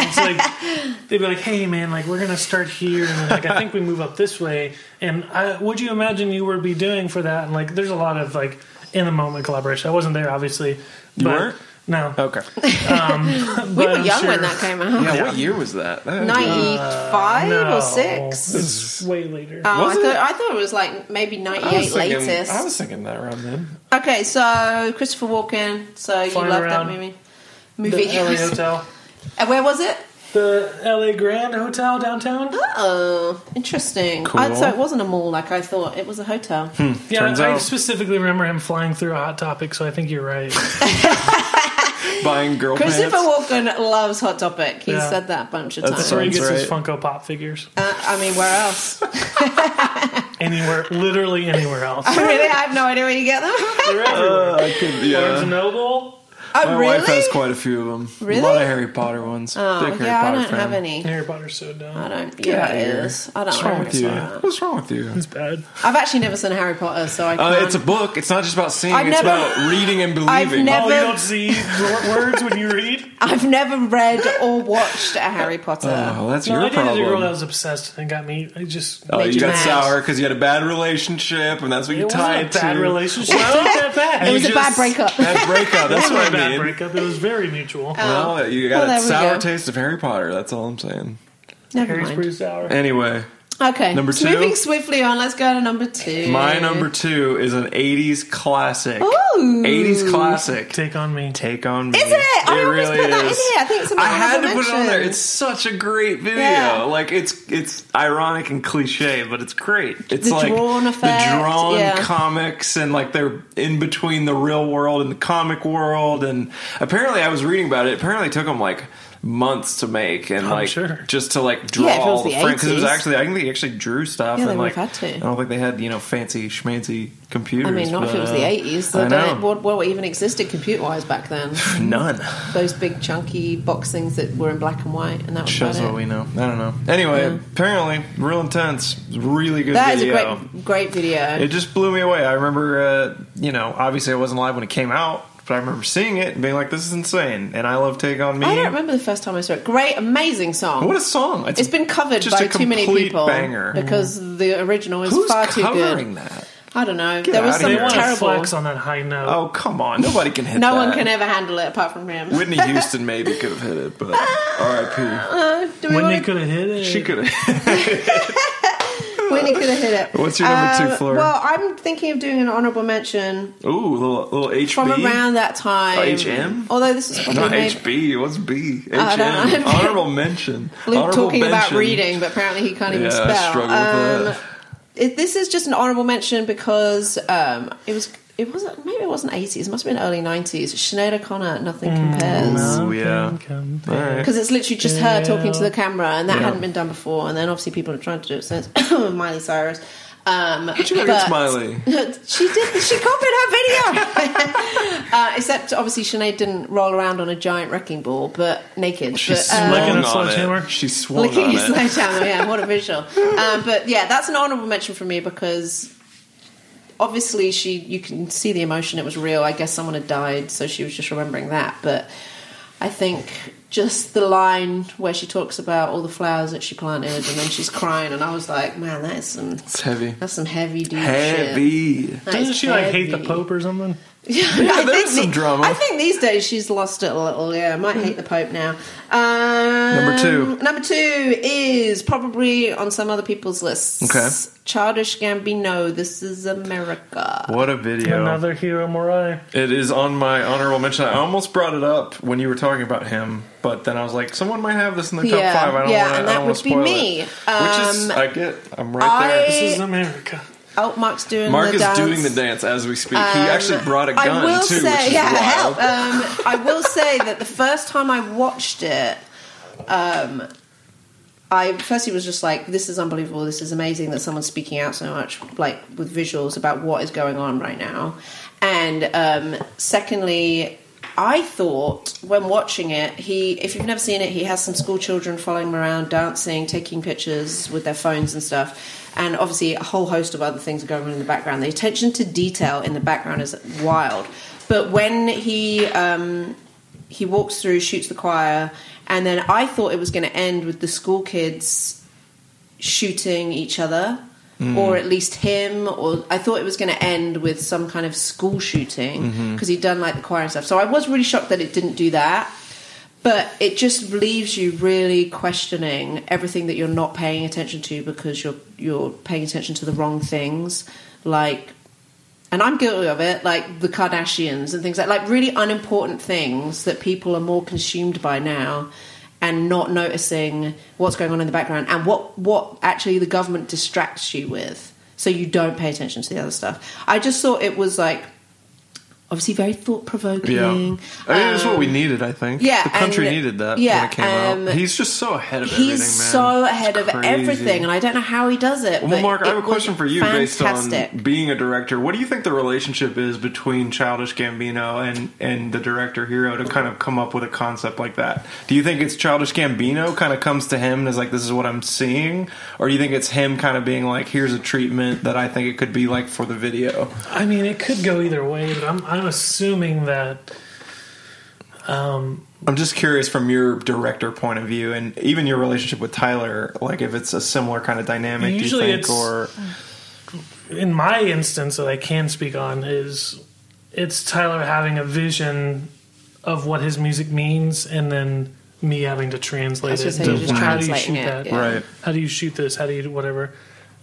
S3: It's like they'd be like, "Hey, man, like we're gonna start here, and then, like I think we move up this way." And I, would you imagine you would be doing for that? And like, there's a lot of like in the moment collaboration. I wasn't there, obviously.
S2: You
S3: but-
S2: weren't? Uh,
S3: No,
S2: Okay.
S1: We were young when that came out.
S2: Yeah, What year was that? That had to be-
S1: Ninety-five
S3: Uh, No,
S1: or six? Oh,
S3: It's way later.
S1: I
S2: Was
S1: thought
S2: it?
S1: I thought it was like maybe
S2: I was
S1: ninety-eight
S2: thinking-
S1: latest.
S2: I was thinking that around then.
S1: Okay, so Christopher Walken. So you
S3: Flying
S1: loved that
S3: around.
S1: movie.
S3: the
S1: Movie.
S3: LA Hotel,
S1: And Where was it?
S3: the LA Grand Hotel downtown.
S1: Oh, interesting.
S2: Cool. Hmm.
S1: I, so it wasn't a mall like I thought. It was a hotel.
S3: Yeah,
S2: Turns
S3: I
S2: out-
S3: specifically remember him flying through a hot topic, so I think you're right.
S2: Buying girl
S1: Christopher
S2: pants.
S1: Walken loves Hot Topic. He's
S3: Yeah.
S1: said that a bunch of
S2: That's
S1: times.
S3: That's where he
S2: Sounds
S3: gets his
S2: right.
S3: Funko Pop figures.
S1: Uh, I mean, where else?
S3: anywhere, literally anywhere else.
S1: really? I have no idea where you get them.
S3: They're everywhere.
S2: Uh, I could,
S3: Barnes
S2: yeah.
S3: and Noble,
S1: Oh,
S2: My
S1: really?
S2: wife has quite a few of them.
S1: Really?
S2: A lot of Harry Potter ones.
S1: oh,
S2: Big Harry
S1: yeah, I
S2: Potter
S1: don't
S2: fan.
S1: have any.
S3: Harry Potter's so
S1: I
S3: dumb.
S1: don't.
S2: Get
S1: Yeah,
S2: outta
S1: it
S2: here.
S1: is. I don't.
S2: What's wrong
S1: I
S2: with you?
S1: don't know.
S2: What's wrong with you?
S3: It's bad.
S1: I've actually never seen Harry Potter, so I can't.
S2: Uh, it's a book. It's not just about seeing.
S1: I've
S2: it's
S1: never-
S2: about reading and believing.
S1: I've never-
S3: Oh, you don't see wor- words when you read?
S1: I've never read or watched a Harry Potter.
S2: Oh, that's
S3: No,
S2: your
S3: I dated a girl that
S2: problem.
S3: was obsessed and got me. I just.
S2: Oh,
S1: Made
S2: you
S1: you
S2: got
S1: mad.
S2: sour because you had a bad relationship, and that's what
S3: it
S2: you
S3: was
S2: tied
S3: a bad
S2: to.
S3: relationship. Well, not that bad.
S1: It was
S2: You
S1: a bad breakup.
S2: Bad Oh, breakup. That's
S3: It wasn't
S2: what
S3: a
S2: I
S3: bad
S2: mean.
S3: breakup. Oh. It was very mutual.
S2: Well, you
S1: Well,
S2: got
S1: there
S2: a
S1: we
S2: sour
S1: go.
S2: taste of Harry Potter. That's all I'm saying.
S1: Never
S3: Harry's
S1: mind.
S3: pretty sour.
S2: Anyway,
S1: Okay,
S2: Number two?
S1: Moving swiftly on. Let's go to number two.
S2: my number two is an '80s classic.
S1: Ooh.
S2: 80s classic.
S3: Take on me.
S2: Take on me.
S1: Is it? I always put that in here. I think it's in my
S2: I had to
S1: honorable
S2: put it on there.
S1: mention.
S2: It's such a great video.
S1: Yeah.
S2: Like it's it's ironic and cliche, but it's great. It's
S1: The
S2: like
S1: drawn effect,
S2: the drawn
S1: yeah.
S2: comics and like they're in between the real world and the comic world. And apparently, I was reading about it. Apparently, it took them like months to make and
S3: I'm
S2: like
S3: sure.
S2: just to like draw
S1: Yeah, if it was
S2: all the
S1: the
S2: frames because it was
S1: 80s.
S2: actually I think they actually drew stuff
S1: Yeah, they
S2: and like
S1: would've had to.
S2: I don't think they had you know fancy schmancy computers.
S1: I mean, not if it
S2: but,
S1: was
S2: uh,
S1: the eighties.
S2: I know.
S1: What, what even existed computer-wise back then?
S2: None.
S1: Those big chunky box things that were in black and white, and that was
S2: Shows
S1: about
S2: what
S1: it.
S2: we know. I don't know. Anyway,
S1: Yeah.
S2: apparently, real intense. Really good
S1: That is
S2: video.
S1: a great, great video.
S2: It just blew me away. I remember, uh, you know, obviously I wasn't alive when it came out, but I remember seeing it and being like, "This is insane!" And I love Take on Me.
S1: I don't remember the first time I saw it. Great, amazing song.
S2: What a song!
S1: it's been covered
S2: just
S1: by
S2: a
S1: too many
S2: complete
S1: people
S2: Banger.
S1: because the original is
S2: Who's
S1: far too
S2: covering
S1: good.
S2: that?
S1: I don't know. there was
S2: outta
S1: some
S3: They
S2: here.
S3: want to
S1: terrible.
S3: flex on that high note.
S2: Oh come on! Nobody can hit.
S1: No
S2: that.
S1: one can ever handle it apart from him.
S2: Whitney Houston maybe could have hit it, but R.I.P.
S1: Uh, do we
S3: when they
S1: want
S3: could have hit it.
S2: She could have.
S1: Whitney could have hit it.
S2: What's your number two,
S1: Um,
S2: Flora?
S1: Well, I'm thinking of doing an honorable mention
S2: Ooh, little little HB.
S1: from around that time.
S2: Oh, HM?
S1: Although this is probably
S2: Not
S1: made
S2: HB. What's B? HM.
S1: I don't know.
S2: Honorable mention.
S1: Luke
S2: Honorable
S1: talking about
S2: mention.
S1: reading, but apparently he can't even
S2: Yeah, I
S1: spell. Um,
S2: struggle with that.
S1: it- this is just an honorable mention because um, it was. It wasn't. Maybe it wasn't eighties. It must have been early nineties. Sinead O'Connor, nothing compares.
S2: Oh, yeah.
S3: Come
S2: All right.
S1: Because it's literally just her talking to the
S3: Yeah.
S1: camera, and that
S2: Yeah.
S1: hadn't been done before. And then obviously people have tried to do it since. Miley Cyrus. Um, but
S2: She got good smiley.
S1: she did. She copied her video. uh, except obviously Sinead didn't roll around on a giant wrecking ball, but naked.
S2: She
S1: but, um, uh,
S2: swung
S3: Licking a
S2: on
S3: sledgehammer?
S2: it. She swung
S1: Licking
S2: on
S1: his
S2: it.
S1: sledgehammer, yeah, what a visual. Um, but yeah, that's an honourable mention for me because obviously she, you can see the emotion, it was real. I guess someone had died, so she was just remembering that. But I think just the line where she talks about all the flowers that she planted and then she's crying, and I was like, man, that is some,
S2: It's heavy.
S1: that's some heavy dude Oh, shit.
S2: Heavy.
S1: That
S3: Doesn't
S1: is
S3: she like hate the
S1: heavy.
S3: Pope or something?
S1: I
S2: there
S1: think
S2: is some
S1: the-
S2: drama.
S1: I think these days she's lost it a little. Yeah, might hate the Pope now. Um,
S2: Number two.
S1: Number two is probably on some other people's lists.
S2: Okay.
S1: Childish Gambino. This is America.
S2: What a video.
S3: Another hero Morai.
S2: It is on my honorable mention. I almost brought it up when you were talking about him, but then I was like, someone might have this in the top
S1: Yeah,
S2: five. I don't
S1: yeah,
S2: want to
S1: and that would be me.
S2: It. Which is,
S1: Um,
S2: I get. I'm right
S1: I-
S2: there. This is-
S3: This is America.
S1: Oh, Mark's doing
S2: Mark
S1: the
S2: is
S1: dance. Um,
S2: doing the dance as we speak. he actually brought a gun
S1: I will
S2: too,
S1: say,
S2: which is
S1: yeah,
S2: wild.
S1: help. Um, I will say that the first time I watched it, um, I firstly was just like, "This is unbelievable. This is amazing that someone's speaking out so much, like with visuals about what is going on right now." And um, secondly, I thought when watching it, he, if you've never seen it, he has some school children following him around, dancing, taking pictures with their phones and stuff. And obviously, a whole host of other things are going on in the background. The attention to detail in the background is wild. But when he um, he walks through, shoots the choir, and then I thought it was going to end with the school kids shooting each other, or at least him, or I thought it was going to end with some kind of school shooting because he'd done like the choir and stuff. So I was really shocked that it didn't do that. But it just leaves you really questioning everything that you're not paying attention to because you're you're paying attention to the wrong things, like and I'm guilty of it, like the Kardashians and things like like really unimportant things that people are more consumed by now and not noticing what's going on in the background and what what actually the government distracts you with so you don't pay attention to the other stuff. I just thought it was like
S4: obviously very thought provoking.
S2: Yeah, I mean that's what
S1: Um,
S2: we needed. I think.
S1: yeah,
S2: the country
S1: and-
S2: needed that
S1: yeah,
S2: when it came
S1: um,
S2: out. He's just so ahead of everything.
S1: He's so
S2: man.
S1: ahead
S2: It's
S1: of
S2: crazy.
S1: everything, and I don't know how he does it.
S2: Well,
S1: but
S2: Mark,
S1: it
S2: I have a
S1: was
S2: question for you
S1: fantastic.
S2: based on being a director. What do you think the relationship is between Childish Gambino and, and the director hero to kind of come up with a concept like that? Do you think it's Childish Gambino kind of comes to him and is like, this is what I'm seeing? Or do you think it's him kind of being like, here's a treatment that I think it could be like for the video?
S3: I mean, it could go either way, but I'm I'm assuming that
S2: I'm just curious from your director point of view and even your relationship with Tyler, like if it's a similar kind of dynamic,
S3: Usually
S2: do you think? Or
S3: it's- in my instance that I can speak on is it's Tyler having a vision of what his music means, and then me having to
S1: I
S3: translate
S1: was
S3: it.
S1: gonna say, you're
S3: to
S1: just
S3: how do you
S1: translating
S3: shoot
S1: it,
S3: that?
S1: yeah.
S2: Right.
S3: How do you shoot this? How do you do whatever?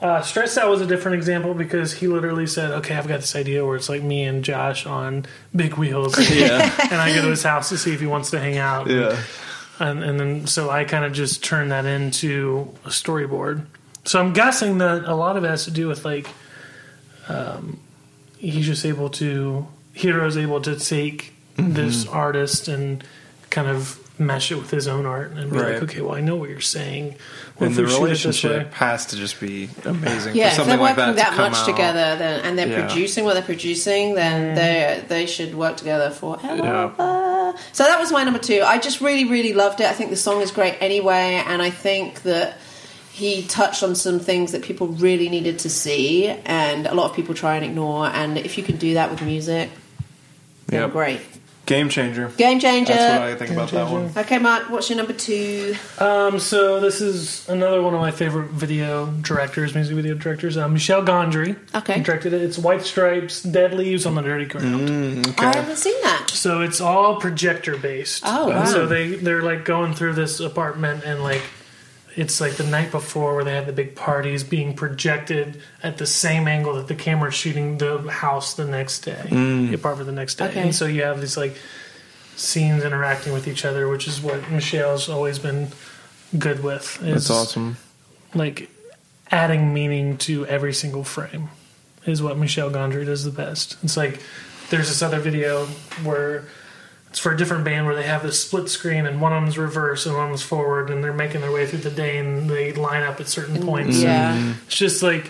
S3: Uh, Stress out was a different example because he literally said, "Okay, I've got this idea where it's like me and Josh on big wheels,
S2: Yeah.
S3: and I go to his house to see if he wants to hang out."
S2: yeah.
S3: and, and then so I kind of just turned that into a storyboard. So I'm guessing that a lot of it has to do with like um, he's just able to hero's able to take
S2: Mm-hmm.
S3: this artist and kind of mesh it with his own art and be
S2: Right.
S3: like, okay, well I know what you're saying.
S2: And
S3: Well, if
S2: the
S3: we shoot it this way-
S2: relationship has to just be amazing
S1: Yeah,
S2: for
S1: if they're
S2: something like that
S1: working
S2: to
S1: that,
S2: come
S1: much
S2: out.
S1: together, then and they're
S2: Yeah. Mm.
S1: producing what they're producing, then they they should work together forever.
S2: Yeah.
S1: So that was my number two. I just really, really loved it. I think the song is great anyway, and I think that he touched on some things that people really needed to see, and a lot of people try and ignore. And if you can do that with music, then
S2: Yep.
S1: great.
S2: Game changer.
S1: Game changer.
S2: That's what I think about that
S3: changer.
S2: one.
S1: Okay, Mark, what's your number two?
S3: Um, so this is another one of my favorite video directors, music video directors, uh, Michel Gondry.
S1: Okay.
S3: He directed it. It's White Stripes, Dead Leaves on the Dirty Ground.
S1: I haven't seen that.
S3: So it's all projector based.
S1: Oh, wow.
S3: So they they're like going through this apartment and like it's like the night before where they had the big parties being projected at the same angle that the camera's shooting the house the next day,
S2: Mm.
S3: the apartment the next day,
S1: Okay.
S3: and so you have these like scenes interacting with each other, which is what Michelle's always been good with.
S2: That's
S3: is,
S2: awesome.
S3: Like adding meaning to every single frame is what Michelle Gondry does the best. It's like there's this other video where it's for a different band where they have this split screen and one of them's reverse and one of them's forward and they're making their way through the day and they line up at certain points.
S1: Mm, Yeah.
S3: It's just like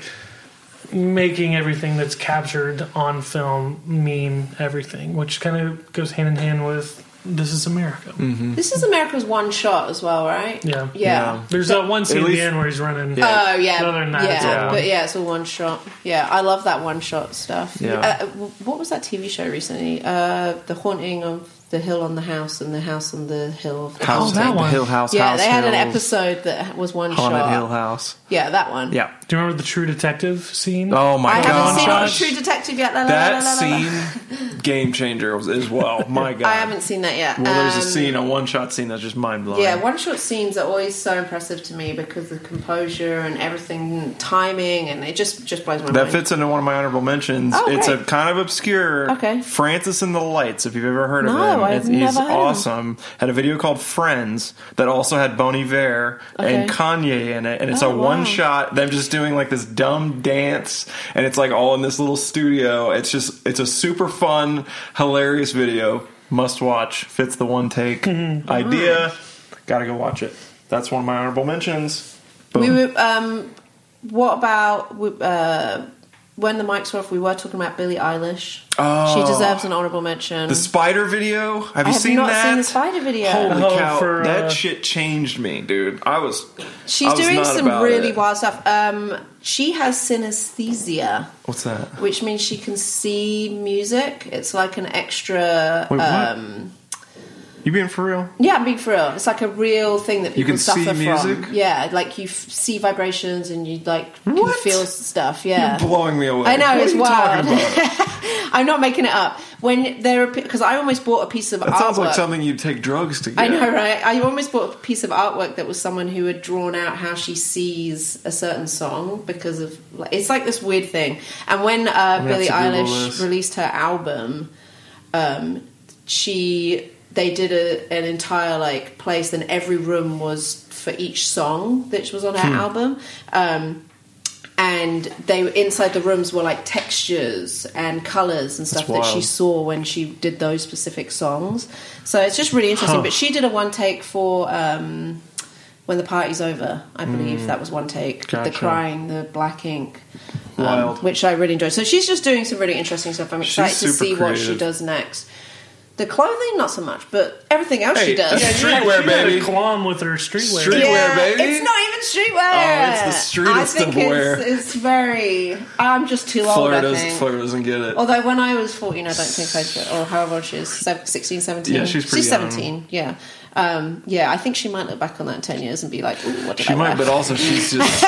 S3: making everything that's captured on film mean everything, which kind of goes hand in hand with This Is America.
S2: Mm.
S1: This is America's one shot as well, right?
S3: Yeah.
S1: Yeah.
S3: There's that one scene at the
S2: least-
S3: end where he's running.
S1: Oh yeah,
S3: But other than that,
S1: yeah.
S3: it's all-
S1: But yeah, it's all one shot. Yeah, I love that one shot stuff.
S2: Yeah.
S1: Uh, w- what was that TV show recently? Uh, the haunting of the hill on the house and the house on the hill. Of the
S2: House,
S3: that
S2: Hill-
S3: one.
S2: Hill House.
S1: Yeah,
S2: House
S1: they had an
S2: Hill,
S1: episode that was one
S2: Haunted
S1: shot.
S2: Hill House.
S1: Yeah, that one.
S2: Yeah.
S3: Do you remember the True Detective scene?
S2: Oh my
S1: I haven't seen
S2: gosh.
S1: True Detective yet. La, la, la,
S2: that
S1: la, la, la.
S2: scene, game changer was- as well. My God.
S1: I haven't seen that yet.
S2: Well, there's a
S1: Um,
S2: scene, a one shot scene that's just mind blowing.
S1: Yeah, one shot scenes are always so impressive to me because the composure and everything, timing, and it just just blows my
S2: That
S1: mind.
S2: fits into one of my honorable mentions.
S1: Oh,
S2: it's a
S1: great.
S2: kind of obscure.
S1: Okay.
S2: Francis and the Lights, if you've ever heard of
S1: No,
S2: him.
S1: I've
S2: It's- he's
S1: never heard of him.
S2: awesome. Had a video called Friends that also had Bon Iver and
S1: Okay.
S2: Kanye in it. And it's
S1: Oh,
S2: a
S1: wow.
S2: one shot, them just doing like this dumb dance. And it's like all in this little studio. It's just, it's a super fun, hilarious video. Must watch. Fits the one take idea. Gotta go watch it. That's one of my honorable mentions.
S1: We were. Um, what about uh, when the mics were off? We were talking about Billie Eilish.
S2: Oh.
S1: she deserves an honorable mention.
S2: The spider video. Have
S1: I
S2: you
S1: have
S2: seen
S1: not
S2: that?
S1: seen the spider video.
S2: Holy
S3: Oh,
S2: cow!
S3: for, uh,
S2: that shit changed me, dude. I was.
S1: She's
S2: I was
S1: doing
S2: not
S1: some
S2: about
S1: really
S2: it.
S1: wild stuff. Um, she has synesthesia,
S2: What's that?
S1: which means she can see music. It's like an extra.
S2: Wait, what?
S1: um,
S2: You being for real?
S1: yeah, I'm being for real. It's like a real thing that people
S2: You can
S1: suffer
S2: see music?
S1: from. Yeah, like you f- see vibrations and you like can
S2: What?
S1: feel stuff. Yeah,
S2: Blowing me away.
S1: I know,
S2: What
S1: it's
S2: are you
S1: wild.
S2: talking about?
S1: I'm not making it up. When there, because I almost bought a piece of
S2: That
S1: artwork.
S2: sounds like something you'd take drugs to get.
S1: I know, right? I almost bought a piece of artwork that was someone who had drawn out how she sees a certain song because of like, it's like this weird thing. And when uh,
S2: have
S1: Billie
S2: to Google
S1: Eilish
S2: this.
S1: released her album, um, she they did a, an entire like place,
S2: Hmm.
S1: and every room was for each song that was on her album. Um, and they inside the rooms were like textures and colors and stuff that she
S2: wild.
S1: saw when she did those specific songs. So it's just really interesting.
S3: Huh.
S1: But she did a one take for um, when the party's over. I believe that was one take.
S2: Hmm. Gotcha.
S1: The crying, the black ink. um,
S2: Wild.
S1: which I really enjoyed. So she's just doing some really interesting stuff. I'm
S2: She's
S1: excited to
S2: super
S1: see what she
S2: creative.
S1: does next. The clothing, not so much, but everything else
S2: Hey,
S1: she does.
S2: that's
S3: She had-
S2: Streetwear,
S3: she had a
S2: baby.
S3: Qualm with her streetwear.
S2: Street- Streetwear, baby.
S1: It's not even streetwear.
S2: Oh, it's the streetest
S1: I think
S2: of wear.
S1: It's, it's very. I'm just too old.
S2: Florida
S1: I think.
S2: doesn't, Florida doesn't get it.
S1: Although when I was 14, I don't think I did, or however old she is, sev- 16, 17.
S2: Yeah, she's pretty young.
S1: 17, yeah. Um, yeah, I think she might look back on that in 10 years and be like, ooh, what did
S2: She
S1: I
S2: might, but
S1: wear?
S2: also she's just,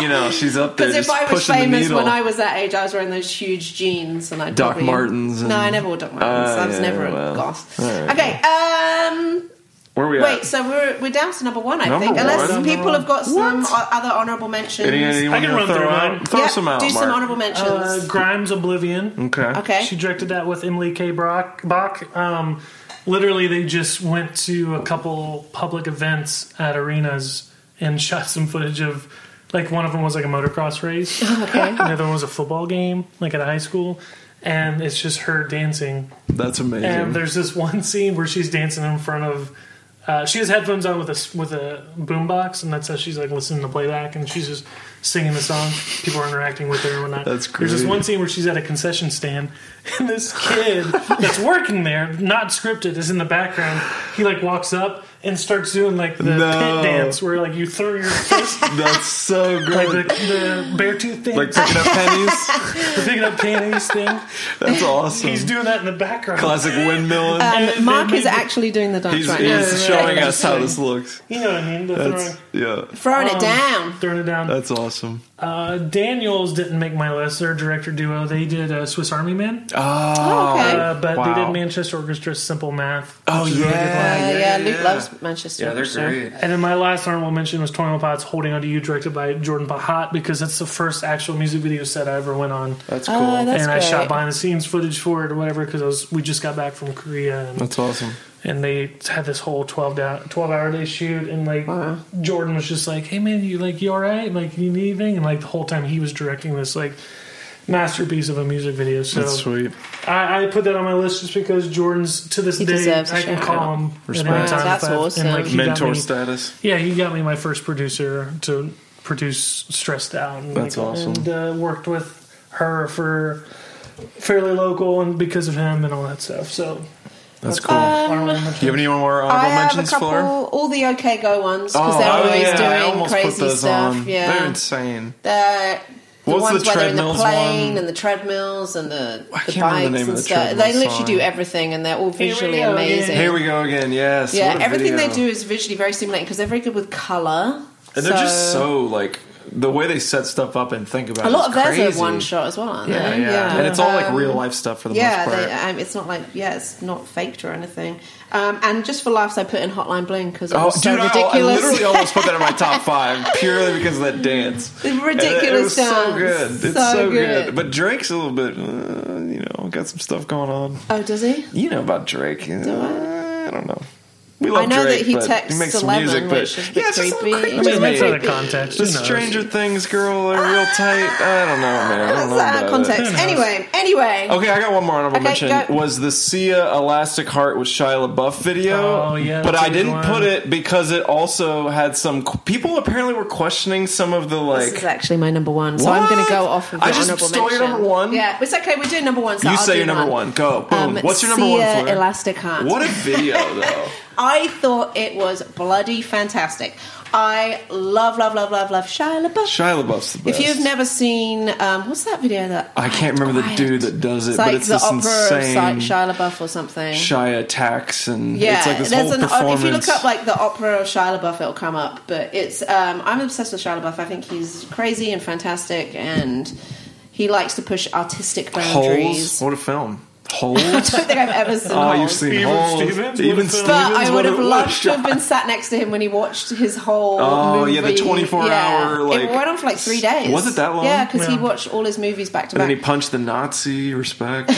S2: you know, she's up there
S1: Because
S2: just
S1: if I was
S2: pushing
S1: famous
S2: the
S1: when
S2: needle.
S1: I was that age, I was wearing those huge jeans and I
S2: Doc
S1: probably,
S2: Martens and-
S1: no, I never wore Doc Martens.
S2: Ah,
S1: I was
S2: yeah,
S1: never
S2: well,
S1: a goth.
S2: all right.
S1: Okay, um,
S2: Where are we
S1: Wait,
S2: at?
S1: so we're we're down to number one, I
S2: Number
S1: think. Unless
S2: one?
S1: people have got some
S2: What?
S1: o- other honourable mentions.
S2: Any, anyone
S3: I can
S2: gonna
S3: run
S2: throw
S3: through
S2: out?
S3: mine.
S2: Throw
S1: Yep,
S2: some out,
S1: do some
S2: Mark.
S1: honourable mentions.
S3: Uh, Grimes Oblivion.
S2: Okay.
S1: Okay.
S3: She directed that with Emily K. Brock, Bach. Um, literally, they just went to a couple public events at arenas and shot some footage of, like, one of them was like a motocross race.
S1: okay.
S3: Another one was a football game, like at a high school. And it's just her dancing.
S2: That's amazing.
S3: And Um, there's this one scene where she's dancing in front of. Uh, she has headphones on with a s- with a boombox, and that's how she's like listening to playback, and she's just singing the song. People are interacting with her and whatnot.
S2: That's
S3: There's this
S2: great.
S3: one scene where she's at a concession stand, and this kid that's working there, not scripted, is in the background. He like walks up and starts doing like the
S2: No.
S3: pit dance, where like you throw your fist,
S2: That's so
S3: like
S2: good.
S3: the,
S2: Like,
S3: the bear tooth thing,
S2: picking up pennies.
S3: the picking up panties thing.
S2: That's awesome.
S3: He's doing that in the background.
S2: Classic windmilling.
S1: Um, Mark is
S3: Maybe-
S1: actually doing the dance
S2: he's
S1: right
S2: he's
S1: now.
S2: showing us how this looks.
S3: You know what I mean? The
S2: That's
S3: throwing,
S2: yeah.
S1: Throwing it
S3: um,
S1: down.
S3: Throwing it down.
S2: That's awesome.
S3: Uh, Daniels didn't make my list. Their director duo, they did uh, Swiss Army Man,
S2: Oh,
S1: okay.
S3: uh, but
S2: Wow.
S3: they did Manchester Orchestra's Simple Math.
S2: Oh,
S3: which is a really good
S2: yeah.
S3: line.
S1: Uh, yeah,
S2: yeah,
S1: Luke
S2: yeah.
S1: loves Manchester. so-
S3: And then my last honorable mention was Tony Potts Holding On to You, directed by Jordan Pahat, because that's the first actual music video set I ever went on.
S2: That's cool.
S1: Oh, that's
S3: and I
S1: great.
S3: shot behind the scenes footage for it or whatever because we just got back from Korea and,
S2: that's awesome.
S3: and they had this whole 12, da- 12 hour day shoot and like
S1: Wow.
S3: Jordan was just like, hey man, you like you all right? Like you need anything? And like the whole time he was directing this like masterpiece of a music video. So
S2: That's sweet.
S3: I, I put that on my list just because Jordan's to this
S1: He
S3: day
S1: deserves a
S3: I can
S1: shout
S3: call
S1: out.
S3: him
S2: Respect.
S3: at any time.
S1: Wow, that's
S3: if I-
S1: awesome.
S3: And like he got
S2: Mentor
S3: me,
S2: status.
S3: yeah, he got me my first producer to produce Stressed Out. And
S2: That's
S3: like,
S2: awesome.
S3: And uh, worked with her for fairly local and because of him and all that stuff. So
S2: That's cool.
S3: honorable
S1: Um,
S3: mention.
S2: Do you have any more honorable
S1: I have a
S2: mentions,
S1: couple,
S2: Flora?
S1: all the OK Go ones because they're always
S2: Oh, yeah, I
S1: doing
S2: almost
S1: crazy
S2: put those
S1: stuff.
S2: on.
S1: Yeah,
S2: They're insane.
S1: the, the
S2: What was
S1: ones
S2: the
S1: where they're in the
S2: treadmills
S1: plane
S2: one?
S1: and the treadmills and the,
S2: I
S1: the
S2: can't remember the
S1: bikes
S2: name of
S1: and
S2: the
S1: stuff. They
S2: treadmill
S1: literally do
S2: song.
S1: everything and they're all
S3: we
S1: visually
S3: go, yeah.
S1: amazing.
S2: Here we go again. Yes.
S1: yeah,
S2: what a
S1: everything they
S2: video.
S1: do is visually very stimulating because they're very good with color.
S2: And they're just so like the way they set stuff up and think about
S1: A
S2: it
S1: lot
S2: is
S1: of theirs
S2: crazy.
S1: are one shot as well, aren't
S2: Yeah,
S1: they?
S2: yeah, and it's all like
S1: Um,
S2: real life stuff for the
S1: Yeah,
S2: most
S1: they,
S2: part.
S1: um, it's not like yeah, it's not faked or anything. Um, and just for laughs, I put in Hotline Bling because it
S2: Oh,
S1: was so
S2: dude! I- I,
S1: ridiculous.
S2: literally oh, almost put that in my top five purely because of that dance.
S1: The
S2: And it-
S1: ridiculous
S2: It was so
S1: dance.
S2: good. It's
S1: So
S2: so, good.
S1: good.
S2: But Drake's a little bit, uh, you know, got some stuff going on.
S1: oh, does he?
S2: You know about Drake? Uh, I don't know. We
S1: I
S2: love
S1: know
S2: Drake,
S1: that he
S2: but
S1: texts
S2: he makes some
S1: 11,
S2: music, but
S1: which is a bit
S2: yeah, it's just a little
S1: creepy.
S2: creepy.
S3: I mean, that's
S2: to
S3: out
S2: me.
S3: of context.
S2: The
S3: Who knows?
S2: Stranger Things girl are real tight. I don't know, man. I
S1: That's
S2: don't
S1: Ah.
S2: know
S1: out
S2: about
S1: of
S2: it.
S1: context.
S3: knows?
S1: Anyway, anyway.
S2: Okay, I got one more honorable
S1: Okay,
S2: mention.
S1: go.
S2: Was the Sia Elastic Heart with Shia LaBeouf video?
S3: Oh, yeah,
S2: but
S3: that's a
S2: I
S3: good
S2: didn't
S3: one.
S2: put it because it also had some people apparently were questioning some of the
S1: This
S2: like.
S1: is actually my number one, so I'm
S2: What?
S1: going to go off of
S2: I
S1: your
S2: just
S1: honorable
S2: stole your
S1: mention.
S2: number one?
S1: Yeah, it's okay. We're doing number one. So
S2: you
S1: I'll
S2: say
S1: do
S2: your number one. Go boom.
S1: Um,
S2: What's your number one?
S1: Sia
S2: Fleur?
S1: Elastic Heart.
S2: What a video though.
S1: I thought it was bloody fantastic. I love, love, love, love, love Shia LaBeouf.
S2: Shia LaBeouf's the
S1: If
S2: best.
S1: you've never seen, um, what's that video that
S2: I can't remember the
S1: Quiet.
S2: dude that does it,
S1: It's
S2: but
S1: like
S2: it's
S1: the
S2: this
S1: opera
S2: insane
S1: of Si- Shia LaBeouf or something.
S2: Shia attacks and
S1: yeah,
S2: it's like this
S1: there's
S2: whole
S1: an.
S2: performance.
S1: If you look up like the opera of Shia LaBeouf, it'll come up. But it's um, I'm obsessed with Shia LaBeouf. I think he's crazy and fantastic, and he likes to push artistic boundaries.
S2: Holes. What a film. Holes.
S1: I don't think I've ever seen.
S2: Oh, you've
S1: Holes.
S2: seen
S3: Even
S2: Holes.
S3: Stevens? What
S2: Even
S3: a film.
S2: Stevens.
S1: But I would
S2: what
S1: have
S2: a- what a
S1: loved to
S2: shot.
S1: have been sat next to him when he watched his whole.
S2: Oh,
S1: movie.
S2: yeah, the 24 hour,
S1: It
S2: like-
S1: went on for like three days.
S2: Was it that long?
S1: Yeah, because he
S3: Yeah.
S1: watched all his movies back to
S2: And then he
S1: back.
S2: punched the Nazi. Respect.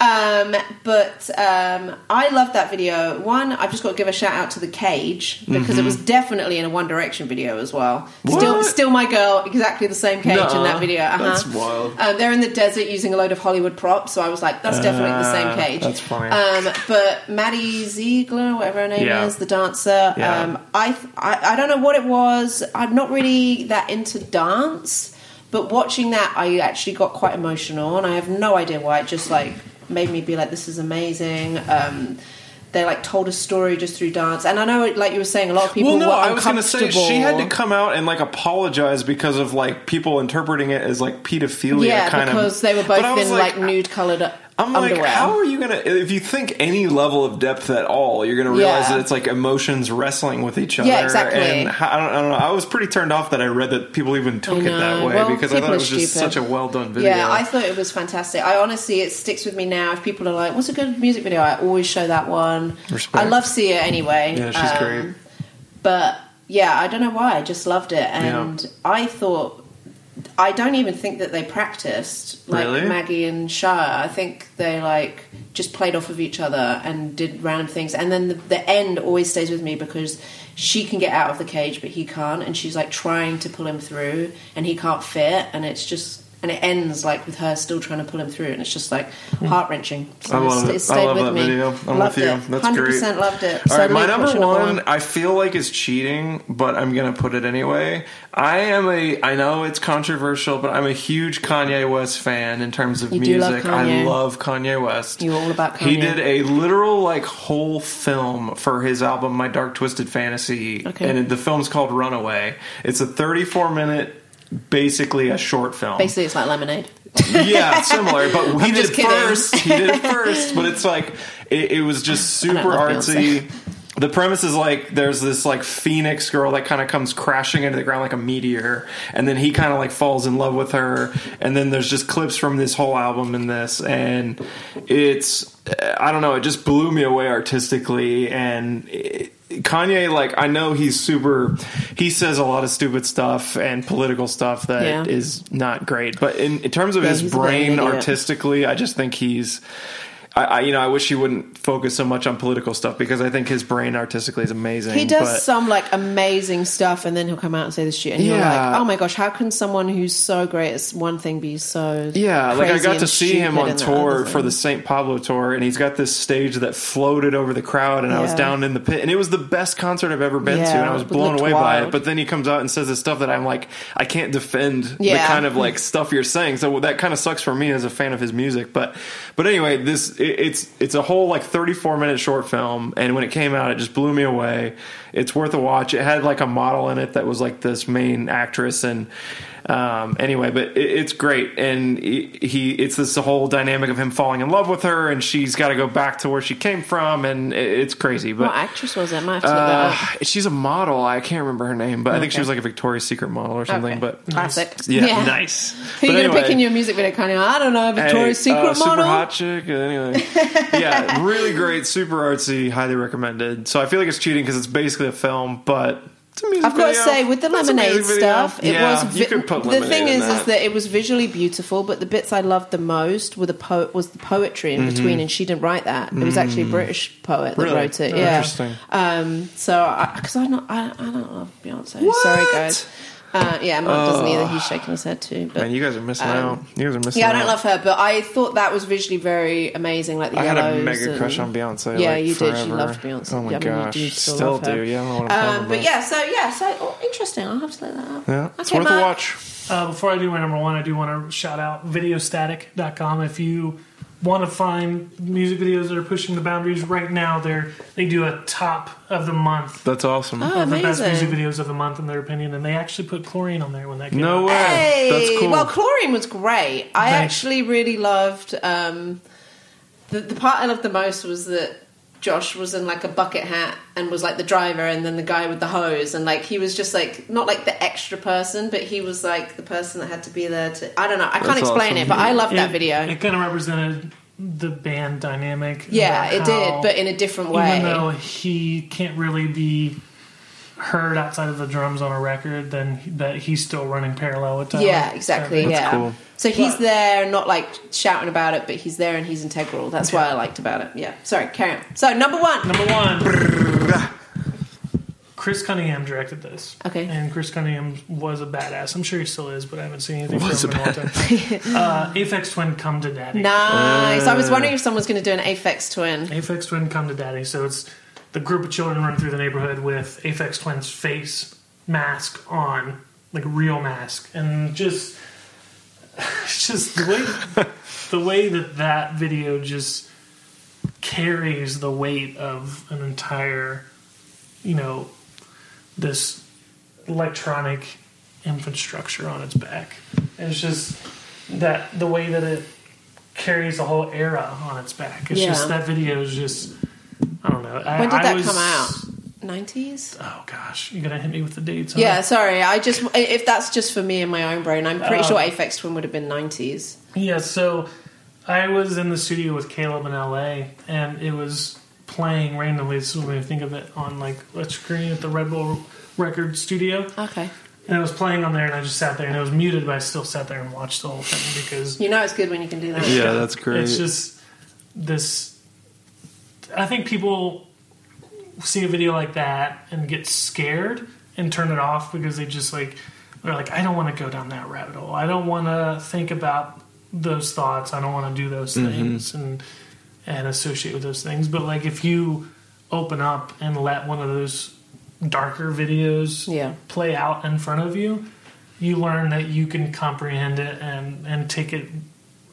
S1: Um, but um, I love that video. One, I've just got to give a shout out to the cage because it was definitely in a One Direction video as well. Still,
S2: Mm-hmm. What?
S1: still my girl, exactly the same cage in that
S2: Nuh-uh.
S1: video. Uh-huh.
S2: That's wild.
S1: Um, they're in the desert using a load of Hollywood props, so I was like, that's definitely the
S2: Uh,
S1: same cage.
S2: that's funny.
S1: Um, but Maddie Ziegler, whatever her name
S2: Yeah.
S1: is, the dancer.
S2: Yeah.
S1: Um, I, th- I I don't know what it was. I'm not really that into dance, but watching that, I actually got quite emotional, and I have no idea why. It just like made me be like, this is amazing. Um, they like told a story just through dance, and I know, like you were saying, a lot of people.
S2: Well, no,
S1: were
S2: I was going to say
S1: uncomfortable.
S2: she had to come out and like apologize because of like people interpreting it as like pedophilia.
S1: Yeah,
S2: kind
S1: because
S2: of.
S1: they were
S2: But I
S1: both
S2: was
S1: in like, nude colored
S2: I'm
S1: underwear.
S2: like, how are you gonna? If you think any level of depth at all, you're gonna realize
S1: Yeah.
S2: that it's like emotions wrestling with each other.
S1: Yeah, exactly.
S2: And ho- I don't, I don't know. I was pretty turned off that I read that people even took it that
S1: know.
S2: way
S1: Well,
S2: because I
S1: people
S2: thought
S1: are
S2: it was just
S1: stupid.
S2: such a well done video.
S1: Yeah, I thought it was fantastic. I honestly, it sticks with me now. If people are like, "What's a good music video?" I always show that one.
S2: Respect.
S1: I love Sia anyway.
S2: yeah, she's
S1: um,
S2: great.
S1: But yeah, I don't know why. I just loved it, and
S2: Yeah.
S1: I thought I don't even think that they practiced like
S2: Really?
S1: Maggie and Shah. I think they like just played off of each other and did random things. And then the, the end always stays with me because she can get out of the cage, but he can't, and she's like trying to pull him through, and he can't fit, and it's just. And it ends like with her still trying to pull him through, and it's just like heart wrenching.
S2: I love it. I love that video. I'm
S1: loved
S2: with you.
S1: It. 100%
S2: That's great.
S1: loved it.
S2: All right,
S1: Suddenly
S2: my number
S1: pushing up
S2: one, I feel like is cheating, but I'm gonna put it anyway. I am a, I know it's controversial, but I'm a huge Kanye West fan in terms of
S1: You do love
S2: music.
S1: Kanye.
S2: I love Kanye West.
S1: You're all about
S2: He
S1: Kanye.
S2: did a literal like whole film for his album My Dark Twisted Fantasy,
S1: Okay.
S2: and the film's called Runaway. It's a 34 minute. Basically, a short film
S1: Basically, it's like lemonade.
S2: yeah, similar. But he
S1: I'm just
S2: did
S1: kidding.
S2: first. He did it first. But it's like it, it was just
S1: don't
S2: super
S1: love Beyonce.
S2: artsy. The premise is like there's this like phoenix girl that kind of comes crashing into the ground like a meteor, and then he kind of like falls in love with her, and then there's just clips from this whole album in this, and it's I don't know, it just blew me away artistically, and it, Kanye like I know he's super, he says a lot of stupid stuff and political stuff that is
S1: Yeah.
S2: not great, but in, in terms of
S1: Yeah,
S2: his
S1: he's a bit of an
S2: brain
S1: idiot.
S2: artistically, I just think he's. I, I, you know, I wish he wouldn't focus so much on political stuff because I think his brain artistically is amazing.
S1: He does
S2: but-
S1: some like amazing stuff, and then he'll come out and say this shit, and you're
S2: Yeah.
S1: like, "Oh my gosh, how can someone who's so great at one thing be so?"
S2: Yeah, like I
S1: crazy
S2: got to
S1: and
S2: see him
S1: stupid
S2: on
S1: in that other
S2: tour
S1: thing?"
S2: for the St. Pablo tour, and he's got this stage that floated over the crowd, and I was
S1: Yeah.
S2: down in the pit, and it was the best concert I've ever been to,
S1: Yeah,
S2: and I was
S1: it
S2: blown
S1: looked
S2: away by
S1: wild.
S2: it. But then he comes out and says this stuff that I'm like, I can't defend the
S1: Yeah.
S2: kind of like stuff you're saying. So that kind of sucks for me as a fan of his music. But but anyway, this it, it's it's a whole like 34 minute short film, and when it came out, it just blew me away. It's worth a watch. It had like a model in it that was like this main actress and. Um, anyway, but it, it's great, and he, he it's this whole dynamic of him falling in love with her, and she's got to go back to where she came from, and it, it's crazy. But
S1: what actress was it? I might have to look
S2: uh,
S1: that up.
S2: she's a model. I can't remember her name, but I think she
S1: Okay.
S2: was like a Victoria's Secret model or something.
S1: Okay.
S2: But
S1: classic.
S2: yeah, nice.
S1: Who are you
S2: But
S1: gonna pick
S2: anyway.
S1: in your music video, Kanye? I don't know.
S2: Hey,
S1: Victoria's Secret
S2: uh,
S1: model.
S2: Super hot chick. uh, Anyway, yeah, really great, super artsy, highly recommended. So I feel like it's cheating because it's basically a film, but it's a music
S1: I've got to
S2: video.
S1: say, with the
S2: It's a music
S1: lemonade
S2: video.
S1: stuff, it
S2: Yeah,
S1: was
S2: you
S1: vi-
S2: could put
S1: the
S2: lemonade
S1: thing
S2: in
S1: is, is
S2: that.
S1: that it was visually beautiful, but the bits I loved the most were the po- was the poetry in between, and she didn't write that. It was actually a British poet that
S2: Mm-hmm. Mm. Really?
S1: wrote it.
S2: Oh,
S1: yeah,
S2: interesting.
S1: Um, so because I, not I, I don't love Beyonce.
S2: What? Ah.
S1: Sorry, guys. Uh, yeah, Mark doesn't either. He's shaking his head too. But
S2: Man, you guys are missing out. You guys are missing
S1: um, yeah,
S2: out.
S1: I don't love her, but I thought that was visually very amazing. Like the
S2: I had
S1: yellows.
S2: a mega
S1: and-
S2: crush on Beyonce.
S1: Yeah,
S2: like,
S1: you
S2: forever.
S1: did. You loved Beyonce.
S2: Oh my
S1: Yeah, I mean, you
S2: gosh,
S1: do still
S2: still,
S1: love her.
S2: do. Yeah, I don't know what I'm
S1: Um,
S2: talking
S1: but
S2: about.
S1: yeah, so yeah, so oh, interesting. I'll have to look that up.
S2: yeah, it's
S1: Okay,
S2: worth
S1: Mark.
S2: a watch.
S3: Uh, before I do my number one, I do want to shout out videostatic.com. If you want to find music videos that are pushing the boundaries right now, they're, they do a top of the month.
S2: That's awesome.
S1: Oh,
S3: of The best music
S1: amazing.
S3: videos of the month, in their opinion, and they actually put chlorine on there when that came
S2: no
S3: out.
S2: way.
S1: Hey,
S2: That's cool.
S1: well, chlorine was great. I
S3: Thanks.
S1: actually really loved um, the the part I loved the most was that Josh was in like a bucket hat and was like the driver, and then the guy with the hose, and like he was just like not like the extra person, but he was like the person that had to be there to. I don't know. I can't
S2: That's
S1: explain
S2: awesome.
S1: it, but I loved that
S3: It-
S1: video.
S3: It kind of represented the band dynamic.
S1: yeah,
S3: about
S1: it
S3: how-
S1: did, but in a different way.
S3: Even though he can't really be heard outside of the drums on a record than that he's still running parallel with Tyler.
S1: Yeah, exactly.
S3: So-
S1: yeah.
S2: cool.
S1: So he's
S3: But-
S1: there, not like shouting about it, but he's there and he's integral. That's what I liked about it. Yeah. Sorry, carry on. So number one.
S3: Number one. Chris Cunningham directed this.
S1: Okay.
S3: And Chris Cunningham was a badass. I'm sure he still is, but I haven't seen anything
S2: Was
S3: from him
S2: a
S3: in a long time. uh, Aphex Twin Come to Daddy.
S1: Nice. I
S2: Uh.
S1: was wondering if someone's going to do an Aphex twin.
S3: Aphex Twin Come to Daddy. So it's the group of children run through the neighborhood with Aphex Twin's face mask on, like a real mask, and just it's just the way the way that that video just carries the weight of an entire, you know, this electronic infrastructure on its back. And it's just that the way that it carries the whole era on its back. It's
S1: Yeah.
S3: just that video is just I don't know. I,
S1: When did
S3: I
S1: that
S3: was-
S1: come out? 90s?
S3: Oh gosh, you're gonna hit me with the dates. huh?
S1: Yeah, sorry. I just if that's just for me in my own brain, I'm pretty sure Aphex Twin would have been 90s.
S3: Yeah, so I was in the studio with Caleb in LA and it was playing randomly, this is what I think of it on like a screen at the Red Bull record studio.
S1: Okay.
S3: And it was playing on there and I just sat there and it was muted but I still sat there and watched the whole thing because
S1: You know it's good when you can do that.
S2: Yeah, that's great.
S3: It's just this. I think people see a video like that and get scared and turn it off because they just like they're like, I don't want to go down that rabbit hole. I don't want to think about those thoughts. I don't want to do those
S2: Mm-hmm.
S3: things and and associate with those things. But like if you open up and let one of those darker videos
S1: Yeah.
S3: play out in front of you, you learn that you can comprehend it and and take it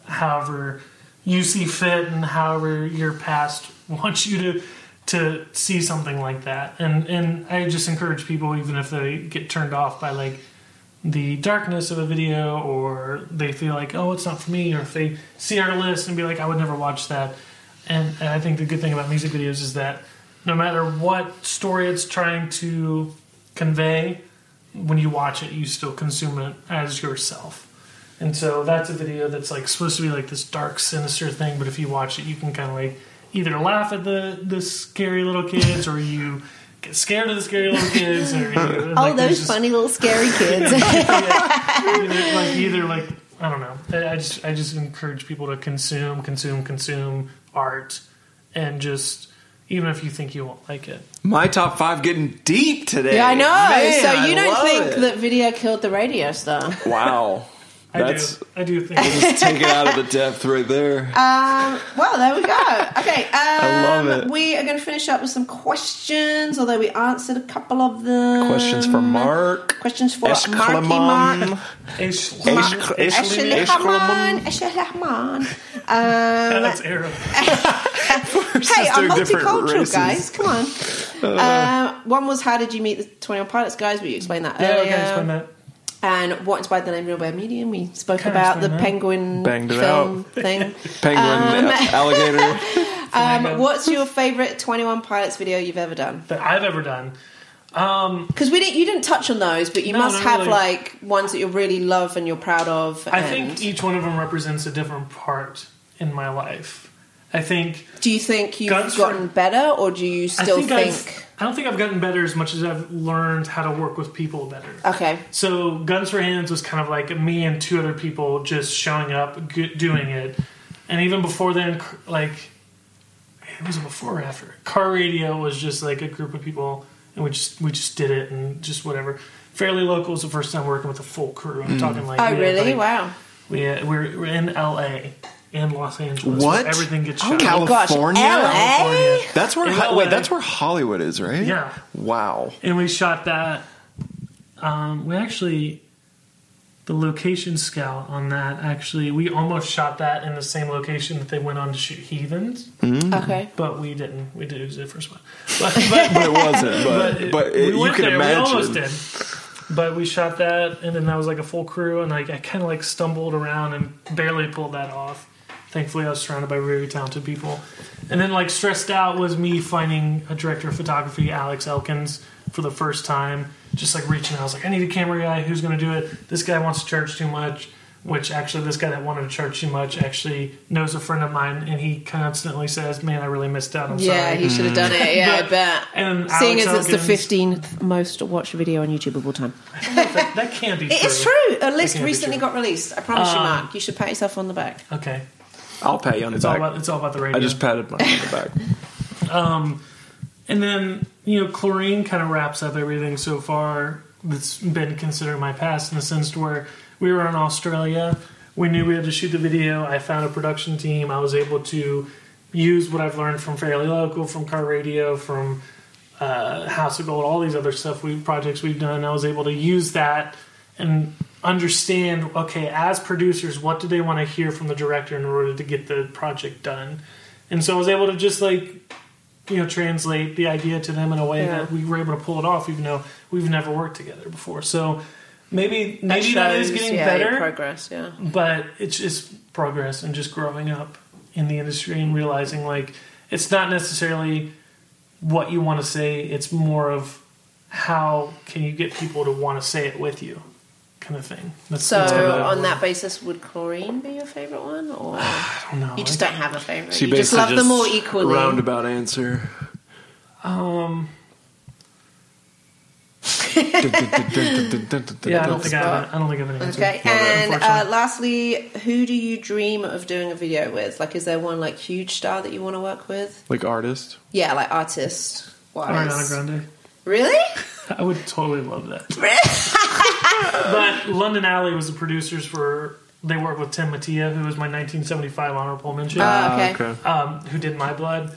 S3: however you see fit and however your past wants you to to see something like that. And and I just encourage people, even if they get turned off by like the darkness of a video or they feel like, oh, it's not for me, or if they see our list and be like, I would never watch that. And, and I think the good thing about music videos is that no matter what story it's trying to convey, when you watch it, you still consume it as yourself. And so that's a video that's like supposed to be like this dark, sinister thing, but if you watch it, you can kind of like either laugh at the the scary little kids or you get scared of the scary little kids or you, oh,
S1: Oh, those funny little scary kids.
S3: either, like either like I don't know. I, I just I just encourage people to consume, consume, consume art, and just even if you think you won't like it,
S2: My top five getting deep today.
S1: yeah, I know.
S2: Man,
S1: so you
S2: I
S1: don't
S2: love
S1: think
S2: it.
S1: that video killed the radio star?
S2: Wow. That's
S3: I do. I do think
S2: just take it out of the depth right there.
S1: Um, well, there we go. Okay, um,
S2: I love it.
S1: We are going to finish up with some questions, although we answered a couple of them.
S2: Questions for Mark.
S1: Questions for Marky
S2: Esklemon.
S1: Mark.
S3: Ish-
S2: Ish-
S3: Ish-
S2: Ish-
S3: Ish-
S2: Ish-
S1: Eshelhaman, Eshelhaman. Um,
S3: That's Arab.
S1: hey, I'm
S2: Sister, different
S1: multicultural,
S2: races. Uh.
S1: guys. Come on. Um, one was how did you meet the 21 Pilots guys? We explained that
S3: Yeah,
S1: earlier.
S3: okay, explain that.
S1: And what inspired the name Real Bear Medium? We spoke
S3: Kinda
S1: about the
S3: explain
S1: penguin
S3: that.
S2: Banged it
S1: film thing.
S2: Penguin, a- alligator.
S1: Um, what's your favorite 21 Pilots video you've ever done?
S3: That I've ever done.
S1: Because we didn't, you didn't touch on those, but you
S3: No,
S1: must
S3: not
S1: have
S3: really.
S1: like ones that you really love and you're proud of.
S3: I
S1: and-
S3: think each one of them represents a different part in my life. I think
S1: Do you think you've
S3: Guns for-
S1: gotten better, or do you still
S3: I
S1: think?
S3: think, I've- I don't think I've gotten better as much as I've learned how to work with people better.
S1: Okay.
S3: So Guns for Hands was kind of like me and two other people just showing up, g- doing it, and even before then, c- like it was it before or after. Car Radio was just like a group of people, and we just we just did it and just whatever. Fairly Local was the first time working with a full crew. I'm talking like
S1: Oh,
S3: we had,
S1: really?
S3: like-
S1: wow.
S3: We had, we were, we're in L.A. and Los Angeles. where
S2: What?
S3: everything gets
S2: Oh
S3: shot.
S2: my God. California?
S1: Gosh, LA?
S3: California.
S2: That's where.
S3: In
S2: Ho- wait,
S3: LA.
S2: that's where Hollywood is, right?
S3: Yeah.
S2: Wow.
S3: and we shot that. Um, we actually, the location scout on that actually, we almost shot that in the same location that they went on to shoot Heathens,
S1: Okay.
S3: but we didn't. We did it was the first one, but, but,
S2: But it wasn't. But but, it,
S3: we
S2: you
S3: went
S2: can
S3: there.
S2: imagine.
S3: We almost did. But we shot that, and then that was like a full crew, and like I kind of like stumbled around and barely pulled that off. Thankfully, I was surrounded by very talented people. And then like stressed out was me finding a director of photography, Alex Elkins, for the first time. Just like reaching out, I was like, I need a camera guy. Who's going to do it? This guy wants to charge too much. which actually this guy that wanted to charge too much actually knows a friend of mine, and he constantly says, "Man, I really missed out. I'm
S1: Yeah,
S3: sorry."
S1: he should have done it. Yeah,
S3: But-
S1: I bet.
S3: and
S1: Seeing
S3: Alex
S1: as it's the
S3: Elkins-
S1: 15th most watched video on YouTube of all time.
S3: that, that can't be.
S1: It is true. A list
S3: can't be
S1: recently
S3: true.
S1: got released. I promise you, Mark. You should pat yourself on the back.
S3: Okay,
S2: I'll pat you on the
S3: it's all
S2: back.
S3: about it's all about the radio.
S2: I just patted my on the back.
S3: And then, you know, chlorine kind of wraps up everything so far that's been considered my past in the sense to where we were in Australia. We knew we had to shoot the video. I found a production team. I was able to use what I've learned from Fairly Local, from Car Radio, from uh, House of Gold, all these other stuff we projects we've done. I was able to use that and understand. Okay, as producers, what do they want to hear from the director in order to get the project done? And so I was able to just like you know translate the idea to them in a way
S1: Yeah.
S3: that we were able to pull it off, even though we've never worked together before. So maybe maybe that is
S1: shows,
S3: getting
S1: yeah, your
S3: better
S1: Progress, yeah.
S3: but it's just progress and just growing up in the industry and realizing like it's not necessarily what you want to say it's more of how can you get people to want to say it with you kind of thing that's,
S1: So,
S3: that's how
S1: on
S3: works.
S1: that basis, would chlorine be your favorite one, or
S3: I don't know.
S1: you just
S3: Like,
S1: don't have a favorite?
S2: She
S1: you just
S2: basically
S1: love them all equally.
S2: Roundabout answer. Um.
S3: yeah I don't,
S1: the
S3: think I, have, I don't think I have an answer
S1: Okay,
S3: for that,
S1: and uh,
S3: unfortunately.
S1: lastly, who do you dream of doing a video with? Like, is there one like huge star that you want to work with?
S2: like artist.
S1: Yeah, like artist
S3: Ariana
S1: wise.
S3: Grande
S1: Really?
S3: I would totally love that but London Alley was the producers for they worked with Tim Mattia who was my 1975 honorable mention
S1: Ah, okay.
S3: um, who did My Blood.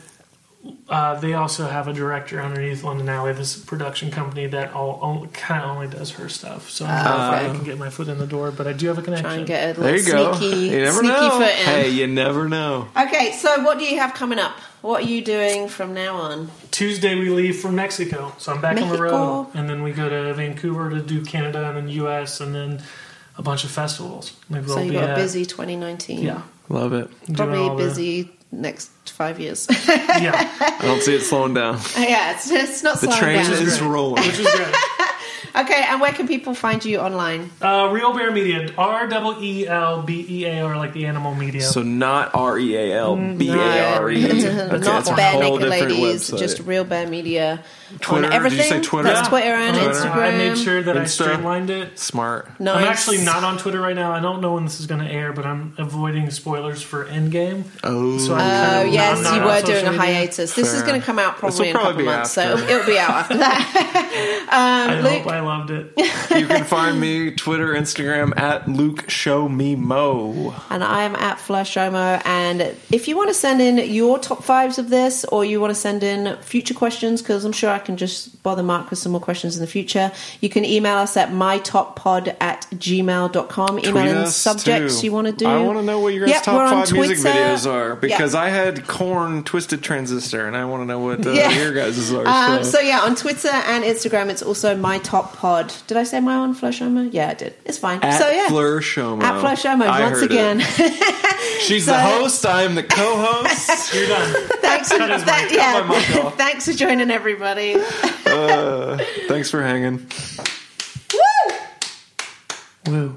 S3: Uh, they also have a director underneath London Alley, this production company that all only, kind of only does her stuff. So I don't know if I
S1: okay.
S3: can get my foot in the door, but I do have a connection.
S1: Try and get a
S2: There you
S1: little
S2: go.
S1: sneaky,
S2: you never
S1: sneaky
S2: know.
S1: foot in.
S2: Hey, you never know.
S1: Okay, so what do you have coming up? What are you doing from now on?
S3: Tuesday we leave for Mexico, so I'm back on the
S1: Mexico.
S3: road, and then we go to Vancouver to do Canada and then U.S. and then a bunch of festivals. Maybe
S1: So
S3: we'll
S1: you
S3: be
S1: got a
S3: at-
S1: busy 2019.
S3: Yeah,
S2: Love it.
S3: doing all
S1: probably
S3: the-
S1: busy next five years. Oh,
S3: yeah,
S2: I don't see it slowing down.
S1: yeah, it's, it's not
S2: The
S1: slowing
S2: train
S1: down.
S2: is
S3: great.
S2: rolling.
S3: which is great.
S1: Okay, and where can people find you online?
S3: Uh, Real Bear Media, R E E L B E A R, like the animal media.
S2: So not R E A L B A R E. Okay,
S1: Mm, Uh, Not
S2: that's a
S1: bare
S2: whole
S1: naked
S2: different
S1: ladies,
S2: website.
S1: just real bare media
S2: Twitter?
S1: on
S2: Did you
S1: everything.
S2: say Twitter?
S1: That's
S2: Yeah.
S1: Twitter and
S3: On
S1: Instagram.
S3: I made sure that I
S2: Insta.
S3: streamlined it.
S2: smart.
S1: Nice.
S3: I'm actually not on Twitter right now. I don't know when this is going to air, but I'm avoiding spoilers for Endgame.
S2: Oh,
S3: So I'm
S1: Oh
S3: kind of-
S1: yes,
S3: I'm not
S1: you
S3: on
S1: were
S3: social
S1: doing a
S3: media.
S1: hiatus. This is
S2: Fair.
S1: going to come out
S2: This
S1: probably
S2: will
S1: in a couple
S2: probably be
S1: months, so
S2: after.
S1: it'll, it'll be out after that.
S3: I
S1: Um,
S3: hope I loved it.
S2: you can find me Twitter, Instagram at Luke Show Me Mo.
S1: And I am at Flush Omo. And if you want to send in your top fives of this, or you want to send in future questions, because I'm sure I can just bother Mark with some more questions in the future, you can email us at mytoppod at gmail.com. Email
S2: Tweet
S1: in
S2: us,
S1: subjects
S2: too.
S1: you want to do.
S2: I want to know what your guys'
S1: Yep, we're
S2: top
S1: on
S2: five music
S1: Twitter.
S2: videos are because
S1: Yep.
S2: I had Corn Twisted Transistor, and I want to know what uh,
S1: Yeah.
S2: your guys' are.
S1: Um, so yeah, on Twitter and Instagram, it's also my top pod. Did I say my own Flush Omo? Yeah, I did. It's fine.
S2: at
S1: so yeah,
S2: Fleur Shomo.
S1: at Flush Omo
S2: I
S1: once
S2: heard it.
S1: again.
S2: She's
S1: So-
S2: the host. I'm the co-host.
S3: You're done.
S1: thanks, for,
S3: is
S1: that-
S3: my-
S1: yeah.
S3: cut my mic off.
S1: thanks for joining everybody.
S2: Thanks for hanging.
S1: Woo!
S3: Woo.